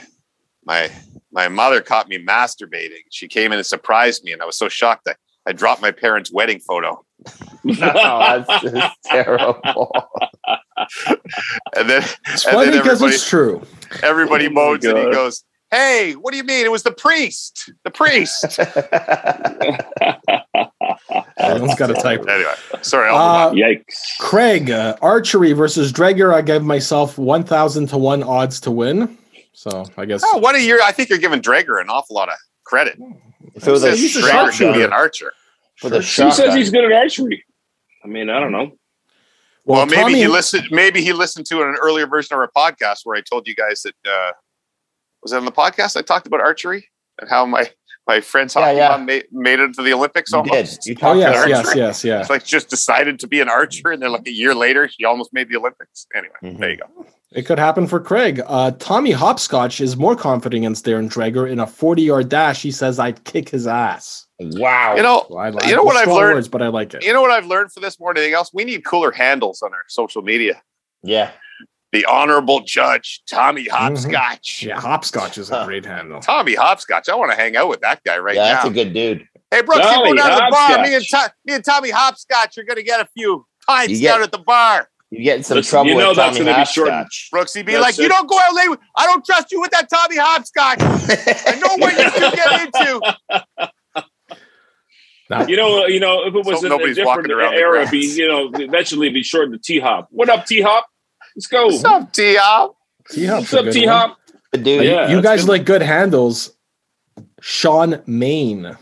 B: my my mother caught me masturbating. She came in and surprised me, and I was so shocked I I dropped my parents' wedding photo.
A: *laughs* No, that's
B: *laughs*
A: just
F: *laughs*
A: terrible.
B: And then
F: it's
B: and
F: funny
B: then
F: because
B: everybody
F: it's true.
B: everybody
C: Oh my
B: moans and he
C: God.
B: goes." Hey, what do you mean? It was the priest. The
F: *laughs*
B: priest.
F: Everyone's got
B: *laughs*
F: a type.
B: anyway, sorry. I'll move on.
F: Uh,
C: Yikes.
F: Craig, uh, archery versus Dreger. I gave myself 1,000 to 1 odds to win. So I guess.
B: Oh, what a year! I think you're giving Drager an awful lot of credit.
A: if it was a
B: Says
F: he's a
B: Drager should be
A: shotgun,
B: an archer.
A: with a
C: She says
A: shotgun,
C: he's good at archery. I mean, I don't know.
B: Well, maybe
F: Tommy-
B: he listened. Maybe he listened to an earlier version of our podcast where I told you guys that uh, was that on the podcast. I talked about archery and how my my friend's
A: Yeah,
B: hockey
A: yeah.
B: mom made, made it to the Olympics.
A: you did.
B: Almost, *laughs*
A: You
F: Oh,
A: talked
F: yes,
A: about
F: yes,
A: archery.
F: yes, yeah.
B: It's like just decided to be an archer, and then like a year later, she almost made the Olympics. Anyway,
A: Mhm.
B: there you go.
F: It could happen for Craig. Uh, Tommy Hopscotch is more confident against Darren Dreger in a 40 yard dash. He says, I'd kick his ass.
A: Wow.
B: You know,
F: Well, I,
B: You know what I've
F: strong
B: learned?
F: Words, but I like it.
B: you know what I've learned for this more than anything else. We need cooler handles on our social media.
A: yeah.
B: The honorable judge Tommy
A: Mm-hmm.
B: Hopscotch.
F: yeah, Hopscotch is
B: Uh,
F: a great handle.
B: Tommy Hopscotch. I want to hang out with that guy right
A: yeah,
B: now.
A: that's a good dude.
B: Hey, Brooks, you go
C: Golly,
B: down to the bar.
C: hopscotch.
B: Me and, To- me and Tommy Hopscotch are going to get a few pints
A: You get-
B: down at the bar.
A: You get in some
C: Listen,
A: trouble
C: you know
A: with
C: that's
A: Tommy
C: gonna be
A: Hopscotch. *laughs*
B: Brooks, he'd be
C: That's
B: like, you
C: it.
B: don't go out late. with- I don't trust you with that Tommy Hopscotch. I know what you can get
F: *laughs* Oh.
B: into.
F: Now,
C: You know, uh, you know, if it was
B: Hope
C: in a
B: nobody's
C: different
B: walking around the
C: era,
B: grounds.
C: be you know, eventually be shortened to T Hop. What up, T Hop? Let's go.
B: What's up, T-Hop?
F: T-Hop's
C: What's
F: a
C: up,
F: good
C: T Hop?
A: Good dude.
F: one.
C: Yeah,
F: you
C: that's
F: guys
C: good.
F: like good handles. Sean Main.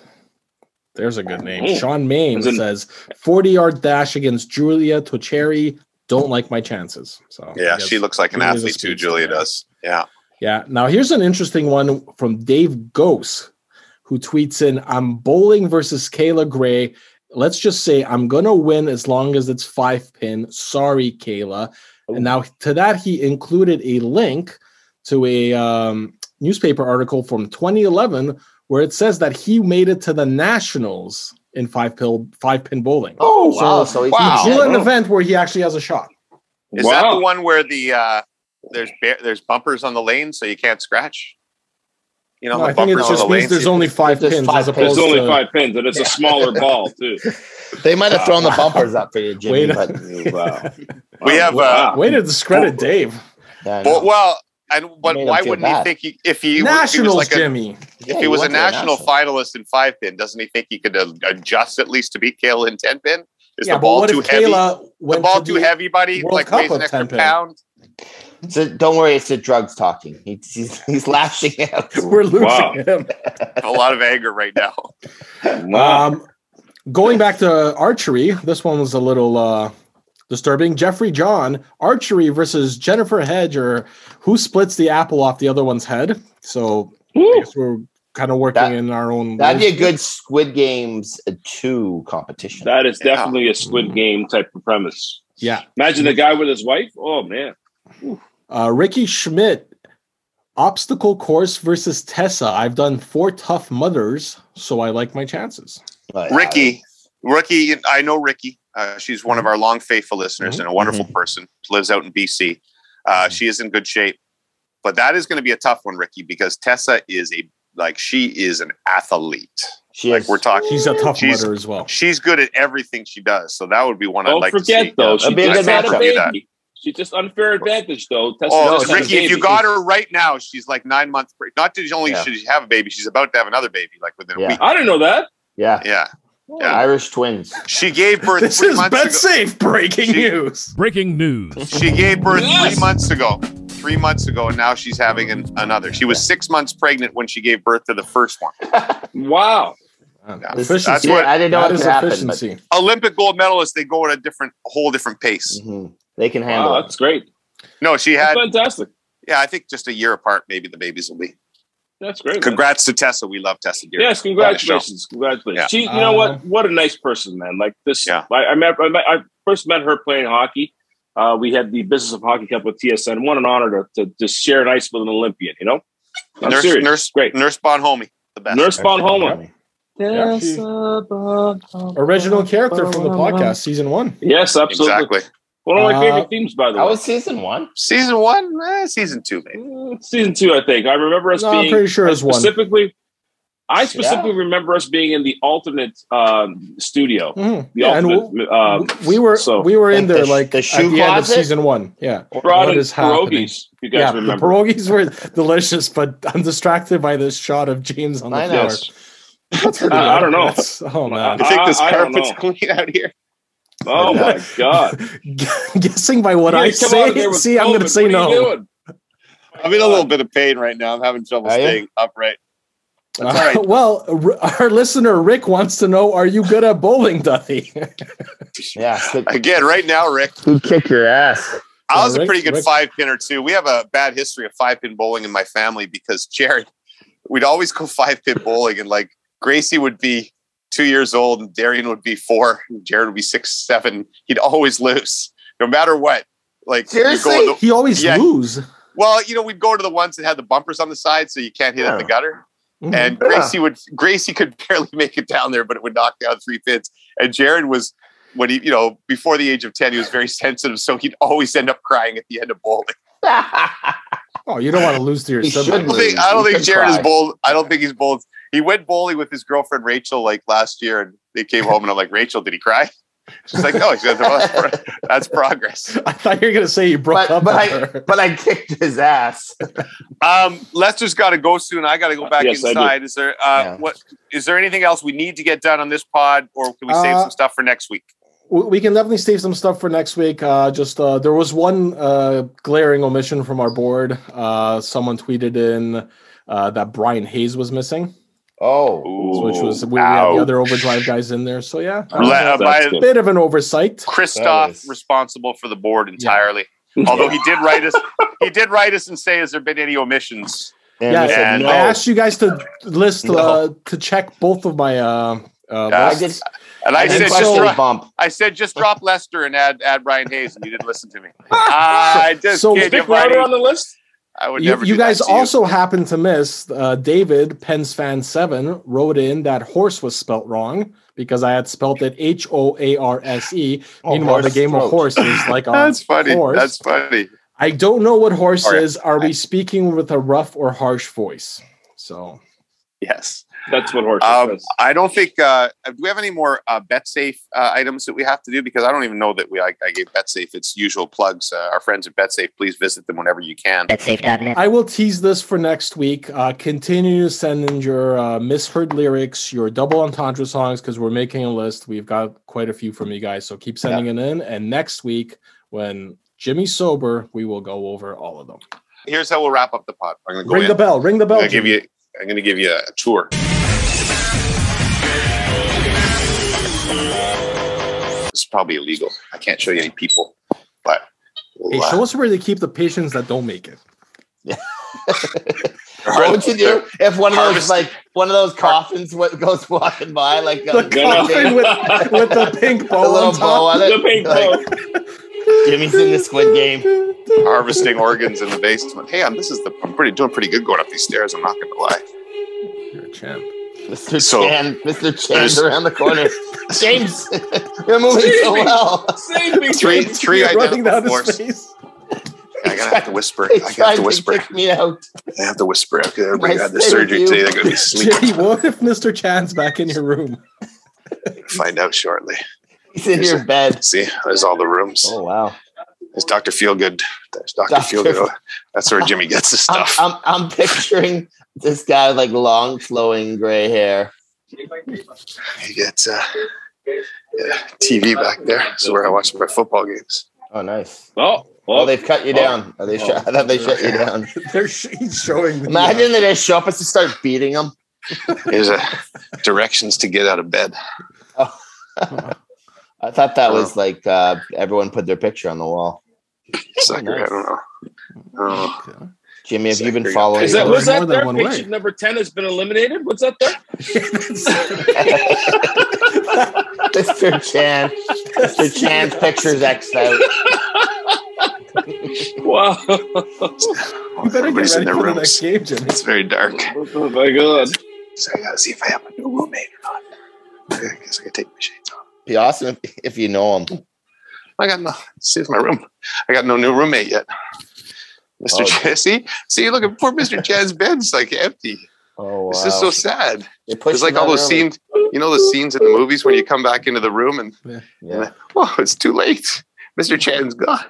F: There's a good name.
C: Oh.
F: Sean Main
C: As in-
F: says 40 yard dash against Julia Tocheri. don't like my chances. So I
B: Yeah,
F: guess-
B: she looks like an
F: Julia's a
B: athlete too.
F: speedster,
B: Julia
F: yeah.
B: does. Yeah.
F: Yeah. Now here's an interesting one from Dave Gose, who tweets in, "I'm bowling versus Kayla Gray. Let's just say I'm gonna win as long as it's five pin. Sorry, Kayla." And now to that he included a link to a um, newspaper article from 2011 where it says that he made it to the nationals in five pill five pin bowling.
A: Oh
F: So
A: wow! So he's
B: Wow.
F: He drew an
A: legit.
F: event where he actually has a shot.
B: Is that the one where the uh, there's ba- there's bumpers on the lane so you can't scratch? You know,
F: No,
B: the
F: I think it
B: bumpers on the
F: just
B: lane.
F: means there's only five
A: There's
F: pins
A: five
F: as
A: pins.
F: opposed
C: There's only
F: to
C: five pins, and it's a smaller ball
F: *laughs*
C: too.
A: They might have thrown the bumpers up for you, Jimmy.
F: Wait.
B: *laughs*
A: But
C: Wow.
B: We have, uh,
F: Way to discredit Dave.
A: yeah, I
B: well,
A: know.
B: well, and but
A: Made him
B: why
A: feel
B: wouldn't
A: bad.
B: he think he, if he, if he was
F: Nationals,
B: like a,
F: Jimmy.
A: Yeah,
B: if he was a
A: went to the
B: national
A: Nationals.
B: finalist in five pin, doesn't he think he could uh, adjust at least to beat Kayla in ten pin? Is
F: yeah,
B: the ball
F: but
B: too
F: what if
B: heavy?
F: Kayla went
B: the ball
F: to
B: too heavy, buddy?
F: World
B: Like
F: Cup
B: weighs an
F: of
B: extra
F: 10-pin.
B: pound.
A: So don't worry, it's the drugs talking. He, he's he's lashing out.
F: *laughs* We're losing
C: Wow.
F: him.
B: A lot of anger right
F: *laughs*
B: now.
C: Wow.
F: Um, going back to archery, this one was a little uh, disturbing. Jeffrey John, archery versus Jennifer Hedge, or who splits the apple off the other one's head? So I
C: Woo.
F: guess we're kind of working
A: That-
F: in our own.
A: That'd be
F: ways.
A: a good Squid Games uh, two competition.
C: That is
B: Yeah.
C: definitely a Squid Game type of premise.
F: yeah.
C: Imagine the guy with his wife. Oh man,
F: Uh, Ricky Schmidt, obstacle course versus Tessa. I've done four tough mothers, so I like my chances.
A: But, uh,
B: Ricky, Ricky, I know Ricky. Uh, she's
F: Mm-hmm.
B: one of our long faithful listeners and a wonderful person. Lives out in BC. Uh,
F: Mm-hmm.
B: she is in good shape, but that is going to be a tough one, Ricky, because Tessa is a like she is an athlete.
A: she
B: Like
A: is-
B: we're talking,
F: She's a tough
B: She's-
F: mother as well.
B: she's good at everything she does. So that would be one I'd
C: don't
B: like to see.
C: forget though, she
A: That'd be a
C: just
A: good
C: had a
A: matchup.
B: Do that.
C: baby. She just unfair advantage though. Tessa
B: Oh,
C: just had a
B: Ricky, if you
C: baby.
B: got her right now, she's like nine months. pre- Not did only
A: Yeah.
B: should she have a baby, she's about to have another baby, like within a
A: Yeah.
B: week.
C: I don't know that.
A: yeah,
B: Yeah, Yeah.
A: Irish twins.
B: she gave birth
F: This
B: three
F: is
B: months
F: bet
B: ago.
F: safe *laughs* breaking
B: She-
F: news.
D: Breaking news.
B: She gave birth
C: Yes.
B: three months ago. Three months ago, and now she's having an, another. She was six months pregnant when she gave birth to the first one.
C: Wow.
F: Oh,
A: This-
F: Efficiency.
B: that's what-
A: I didn't know
F: That
A: what could
F: is
A: happen. But,
F: efficiency.
B: Olympic gold medalists, they go at a different, a whole different
C: Mm.
B: pace.
A: Mhm. They can handle
C: Wow,
A: it.
C: that's great.
B: No, she
C: That's
B: had,
C: fantastic.
B: yeah, I think just a year apart, maybe the babies will be.
C: That's great. man.
B: Congrats to Tessa. We love Tessa. Dear.
C: Yes, congratulations, congratulations.
B: Yeah.
C: She, you know
F: Uh,
C: what? What a nice person, man. Like this,
B: Yeah.
C: I, I, met, I, met, I first met her playing hockey. Uh, we had the Business of Hockey Cup with TSN. What an honor to, to just share an ice with an Olympian. You know, I'm
B: Nurse,
C: serious.
B: nurse,
C: great.
B: nurse Bonhomie, the best.
C: Nurse Bon Homer.
A: Homie.
F: Yeah, she- Original character from the podcast, season one.
C: Yes, absolutely.
B: Exactly.
C: One of my favorite
F: Uh,
C: themes, by the
A: That
C: way.
A: was season one.
B: Season one, eh, season two, maybe.
C: Mm, season two, I think. I remember us
F: No, I'm
C: being
F: pretty sure it's one.
C: specifically. I specifically remember us being in the alternate um, studio.
F: Mhm.
C: The
F: Yeah, and
C: alternate. um,
F: w- we were
C: so-
F: we were
A: Like
F: in
A: the
F: there
A: sh-
F: like
A: the
F: at
A: shoe
F: the end of
A: closet?
F: season one. Yeah,
C: brought
F: What
C: in
F: is happening?
C: pierogies, if you guys
F: yeah. The
C: remember.
F: pierogies were delicious, but I'm distracted by this shot of James on the
A: I know.
F: floor.
C: Yes.
F: That's pretty
C: I- I
F: good.
C: don't know. *laughs*
F: That's- oh man.
B: You think this
C: I- I don't
B: carpet's
C: know.
B: clean out here?
C: Oh
F: *laughs*
C: my god!
F: Guessing by what
C: You
F: I
C: guys come out of there
F: say,
C: with
F: see, I'm going
C: COVID.
F: to say
C: What are you
F: no.
C: doing?
B: I'm in a little bit of pain right now. I'm having trouble
A: Are you?
B: staying upright. That's all
F: Uh,
B: right.
F: *laughs* Well, r- our listener Rick wants to know: Are you good at bowling, Duffy? *laughs*
B: *laughs*
A: Yeah, kick-
B: Again, right now, Rick,
A: who kicked your ass?
B: *laughs* I was
F: Rick-
B: a pretty good
F: Rick-
B: five pinner too. We have a bad history of five pin bowling in my family because Jared, we'd always go five pin bowling, and like Gracie would be two years old, and Darian would be four, and Jared would be six, seven. He'd always lose, no matter what. Like we'd go
A: Seriously?
B: on the-
F: he always
B: Yeah.
F: lose.
B: well, you know, we'd go to the ones that had the bumpers on the side, so you can't hit at the
A: Yeah.
B: gutter.
F: Mhm.
B: And
A: Yeah.
B: Gracie would Gracie could *laughs* barely make it down there, but it would knock down three pins. And Jared was when he, you know, before the age of ten, he was very *laughs* sensitive, so he'd always end up crying at the end of bowling.
F: oh, you don't want to lose to your
A: He
B: I
A: should
F: sibling.
B: don't think,
A: lose.
B: I don't
A: He
B: think
A: could
B: Jared is
A: cry.
B: bold. I don't think he's bold. He went bowling with his girlfriend Rachel like last year, and they came home, and I'm like, Rachel, did he cry? *laughs* She's like, no, he's got the that's progress.
F: I thought you were going to say you broke
A: But-
F: up
A: but
F: with
A: I-
F: her.
A: But I kicked his ass.
B: Um, Lester's got to go soon. I got to go back
C: Yes, I do.
B: inside. Is there uh,
A: Yeah.
B: what? Is there anything else we need to get done on this pod, or can we save
F: Uh,
B: some stuff for next week?
F: We we can definitely save some stuff for next week. Uh, just uh, there was one uh, glaring omission from our board. Uh, someone tweeted in uh, that Brian Hayes was missing.
A: Oh,
B: Ooh,
F: which was we, we had
B: ouch.
F: the other overdrive guys in there. So yeah,
B: Le- uh,
C: That's
B: by-
C: good.
F: bit of an oversight.
B: Christoph
A: That is-
B: responsible for the board *laughs* entirely. Although he did write us, he did write us and say, "Has there been any omissions?"
A: and
F: yeah,
A: I said
B: and-
A: no.
F: I asked you guys to list
A: No.
F: uh, to check both of my uh, uh,
B: Yeah.
A: I
F: lists.
A: did.
B: And I,
A: I did
B: said,
A: question
B: just
A: the
B: dro-
A: bump.
B: "I said just drop Lester and add add Ryan Hayes," and you didn't listen
F: *laughs*
B: to me. I just
F: So-
B: gave you
C: Dick
B: Ryan
C: Ryder
B: Hayes.
C: on the list.
B: I would
F: you,
B: never.
F: you
B: do that
F: guys
B: to
F: also happened to miss uh, David Penn's fan seven wrote in that horse was spelt wrong because I had spelt it H O A R S E.
A: Oh,
F: Meanwhile, the
A: horse
F: game of
A: throat.
F: horse is
B: *laughs*
F: like on
B: That's funny.
F: horse.
B: That's funny.
F: I don't know what horse
B: All right.
F: is. Are we speaking with a rough or harsh voice? So
B: Yes.
C: That's what horse
B: Um,
C: is.
B: I don't think. Uh, do we have any more uh, BetSafe uh, items that we have to do? Because I don't even know that we. I, I gave BetSafe its usual plugs. Uh, our friends at BetSafe, please visit them whenever you can.
E: BetSafe.net.
F: I will tease this for next week. Uh, continue to send in your uh, misheard lyrics, your double entendre songs, because we're making a list. We've got quite a few from you guys, so keep sending it in. And next week, when Jimmy's sober, we will go over all of them.
B: Here's how we'll wrap up the pod. I'm going to go
F: ring
B: in.
F: the bell. Ring the
B: I'm
F: bell.
B: gonna give
F: Jimmy.
B: you. I'm going to give you a tour. It's probably illegal. I can't show you any people, but
F: Hey,
B: we'll, uh, *laughs*
F: show us where they keep the patients that don't make it.
A: What would you do if one of
B: Harvest-
A: those like one of those coffins what goes walking by like um,
F: The
A: a,
F: coffin with, with the pink
A: *laughs* a
F: bow
A: little
F: on
A: bow
F: top.
A: on it?
C: the pink
A: like, *laughs*
C: bow.
A: Jimmy's in the Squid Game.
B: harvesting organs in the basement. Hey, I'm, this is the. I'm pretty doing pretty good going up these stairs. I'm not going to
F: *laughs*
B: lie.
F: You're a champ.
A: Mr.
B: So-
A: Chan, Mr. Chan's
B: There's-
A: around the *laughs* corner. James, *laughs* you're moving so *laughs*
C: Jamie.
A: well.
C: Save me,
F: *laughs*
B: Three,
C: James.
B: three
F: You're running
B: identical
F: down his
B: floors.
F: face.
B: I gotta have to whisper.
A: They
B: I
A: tried
B: have to
A: to
B: whisper.
A: kick me out.
B: I have to whisper. Okay, everybody
A: I
B: had the
A: stay with
B: surgery
A: you.
B: today. They're
F: *laughs*
B: gonna be
F: Jimmy,
B: sleeping.
F: what if Mr. Chan's back in your room? *laughs*
B: Find out shortly.
A: He's in
B: Here's
A: your
B: a-
A: bed.
B: See, there's all the rooms.
A: Oh wow.
B: There's Doctor Feelgood. There's Doctor
A: Dr.
B: Feelgood. Oh, That's where Jimmy gets
F: *laughs*
B: his
A: I'm,
B: stuff.
A: I'm I'm picturing this guy with like long flowing gray hair.
B: He gets uh, yeah, TV back there. This is where I watch my football games.
A: Oh nice.
C: Oh,
A: Oh,
C: well,
A: they've cut you
C: oh.
A: down. Are they sh- I thought they shut you down. *laughs*
F: They're sh- he's showing. the-
A: Imagine they just show up and just start beating him.
B: Here's a uh, directions to get out of bed.
A: I thought that was like uh, everyone put their picture on the wall.
B: Sucker. I don't know. I don't know.
F: Okay.
A: Jimmy, have you been
B: Is
A: following?
C: is that
F: There's
C: was
F: more
C: that
F: than
C: there?
F: one
C: Patient
F: way.
C: number ten has been eliminated. What's that there?
A: *laughs* Mr. Chan? Mr.
B: *laughs*
A: Chan's picture's X'd out.
C: Wow! *laughs*
F: You better
B: Everybody's
F: get
B: in
F: ready
B: their
F: for the
B: rooms.
F: next game, Jimmy.
B: It's very dark.
C: oh my god!
B: So I gotta see if I have a new roommate or not. I guess I could take my shades off.
A: Be awesome if, if you know him.
B: I got no. See, it's my room. I got no new roommate yet. Mr.
A: Oh.
B: Ch- *laughs* see, see, look at poor Mr. Chad's bed's like empty.
A: Oh wow.
B: This is so sad.
A: They pushed
B: It's like
A: him
B: all
A: out
B: those
A: early.
B: scenes, you know, those scenes in the movies when you come back into the room and
A: Yeah.
B: oh, it's too late. Mr. Chan's *sighs* gone. *laughs*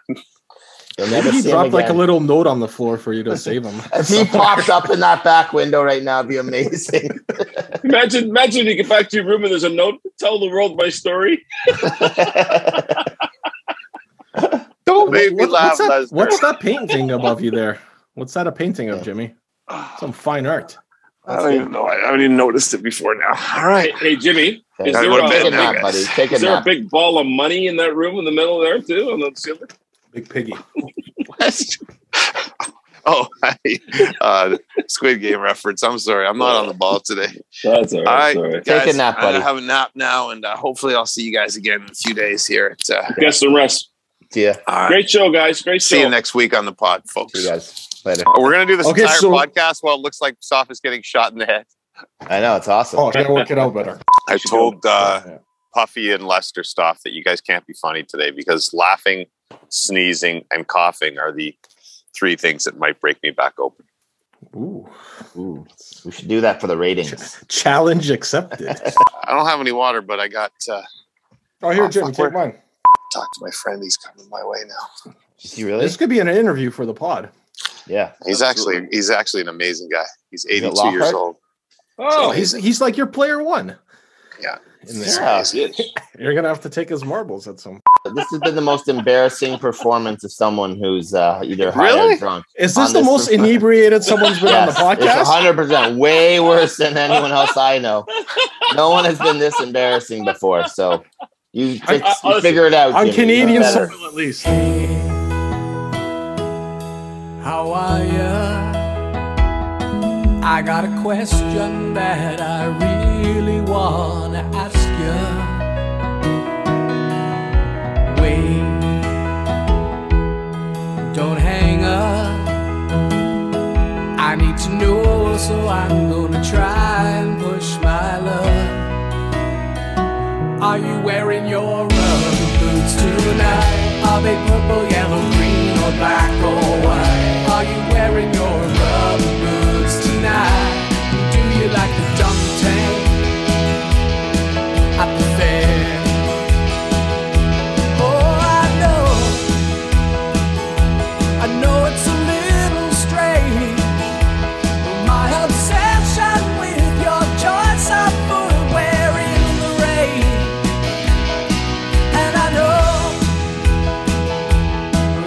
A: You'll *laughs* never
F: Maybe he
A: see him
F: dropped like a
A: again.
F: little note on the floor for you to
A: *laughs*
F: save him.
A: If he popped up in that back window right now, it'd be *laughs* amazing.
C: Imagine, imagine you get back to your room and there's a note. Tell the world my story.
B: Don't make me
F: What-
B: laugh,
F: what's, that,
B: Lester.
F: what's that painting above you there? What's that a painting of,
A: Yeah.
F: Jimmy? Some fine art.
B: I don't even know. I haven't even noticed it before now. *laughs* All right.
C: Hey, hey, Jimmy,
A: Okay.
C: Is
B: I
C: there
B: go to
C: a-
A: Take a
B: bed now,
A: nap, buddy.
B: guys.
A: Take a
C: is there a
A: nap.
C: big ball of money in that room in the middle there too? And that's
F: Big piggy.
B: Oh, hi. Uh, Squid Game reference. I'm sorry. I'm not on the ball
A: *laughs*
B: today.
C: that's all
B: All right,
C: right. All right.
A: Take a
B: guys,
A: nap,
B: I'm gonna
A: buddy.
B: have a nap now, and uh, hopefully, I'll see you guys again in a few days here. At, uh,
C: Get some rest.
A: Yeah.
B: all right.
C: Great show, guys. Great show.
B: See you next week on the pod, folks.
A: See you guys later.
B: We're gonna do this
F: Okay,
B: entire
F: so-
B: podcast while it looks like Soph is getting shot in the head.
A: I know it's awesome.
F: Oh, I gotta work it out better.
B: I told uh,
F: Yeah.
B: Puffy and Lester stuff that you guys can't be funny today because laughing, sneezing, and coughing are the three things that might break me back open.
F: Ooh.
A: Ooh, we should do that for the ratings.
F: Challenge accepted.
B: I don't have any water, but I got uh,
F: *laughs* oh,
B: Oh,
F: here, Jimmy,
B: fuck,
F: take
B: where-
F: mine.
B: talk to my friend. He's coming my way now.
A: You really?
F: This could be an interview for the pod.
A: Yeah.
B: He's
C: Absolutely.
B: actually he's actually an amazing guy. He's
A: it
B: 82 years
A: Lockhart?
B: old.
F: Oh,
C: oh,
F: he's he's like your player one.
B: Yeah.
F: In there.
A: Yeah.
B: He's-
F: You're gonna have to take his marbles at some
A: this has been the most embarrassing performance of someone who's uh, either high
B: Really?
A: or drunk.
F: Is
A: On
F: this the
A: this *laughs*
F: most
A: one.
F: inebriated someone's been
A: Yes,
F: on the
A: it's
F: podcast?
A: 100% way worse than anyone else I know. No one has been this embarrassing before. So you,
F: I- I-
A: you figure it out.
F: On
A: Jimmy. You're
F: Canadian
A: better.
F: soil, at least.
G: How are ya? I got a question that I really wanna ask ya. Wait, don't hang up. I need to know, so I'm gonna try and push my luck. Are you wearing your rubber boots tonight? Are they purple, yellow, green, or black or white? Are you wearing your rubber boots tonight? Do you like the dump tank at the fair? Oh, I know, I know it's a little strange. My obsession with your choice of food wearing the rain. And I know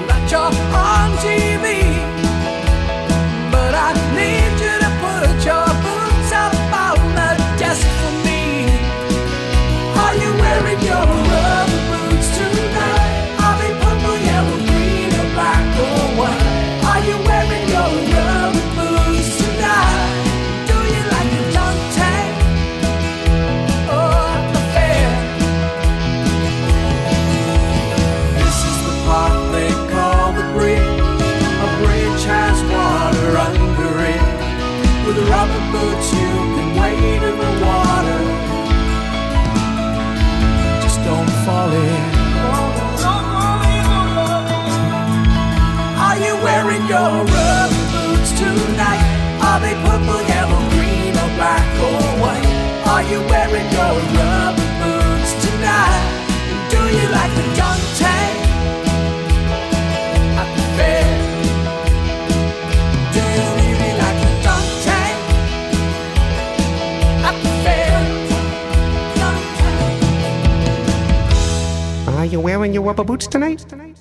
G: that you're on TV, but I need you to put your boots up on the desk for me. Are you wearing your rubber boots tonight? Are they purple, yellow, green, or black or white? Are you wearing your rubber boots tonight? Do you like the dunk tank or the fair? This is the part they call the bridge. A bridge has water under it. With rubber boots, you can wade in the water. Just don't fall in. Are you wearing your rubber boots tonight? Are they purple, yellow, green, or black or white? Are you wearing your rubber boots tonight? Do you like the gun tank? At the fair? Do you really like the gun tank? At the fair? Dunk tank.
H: Are you wearing your rubber boots tonight?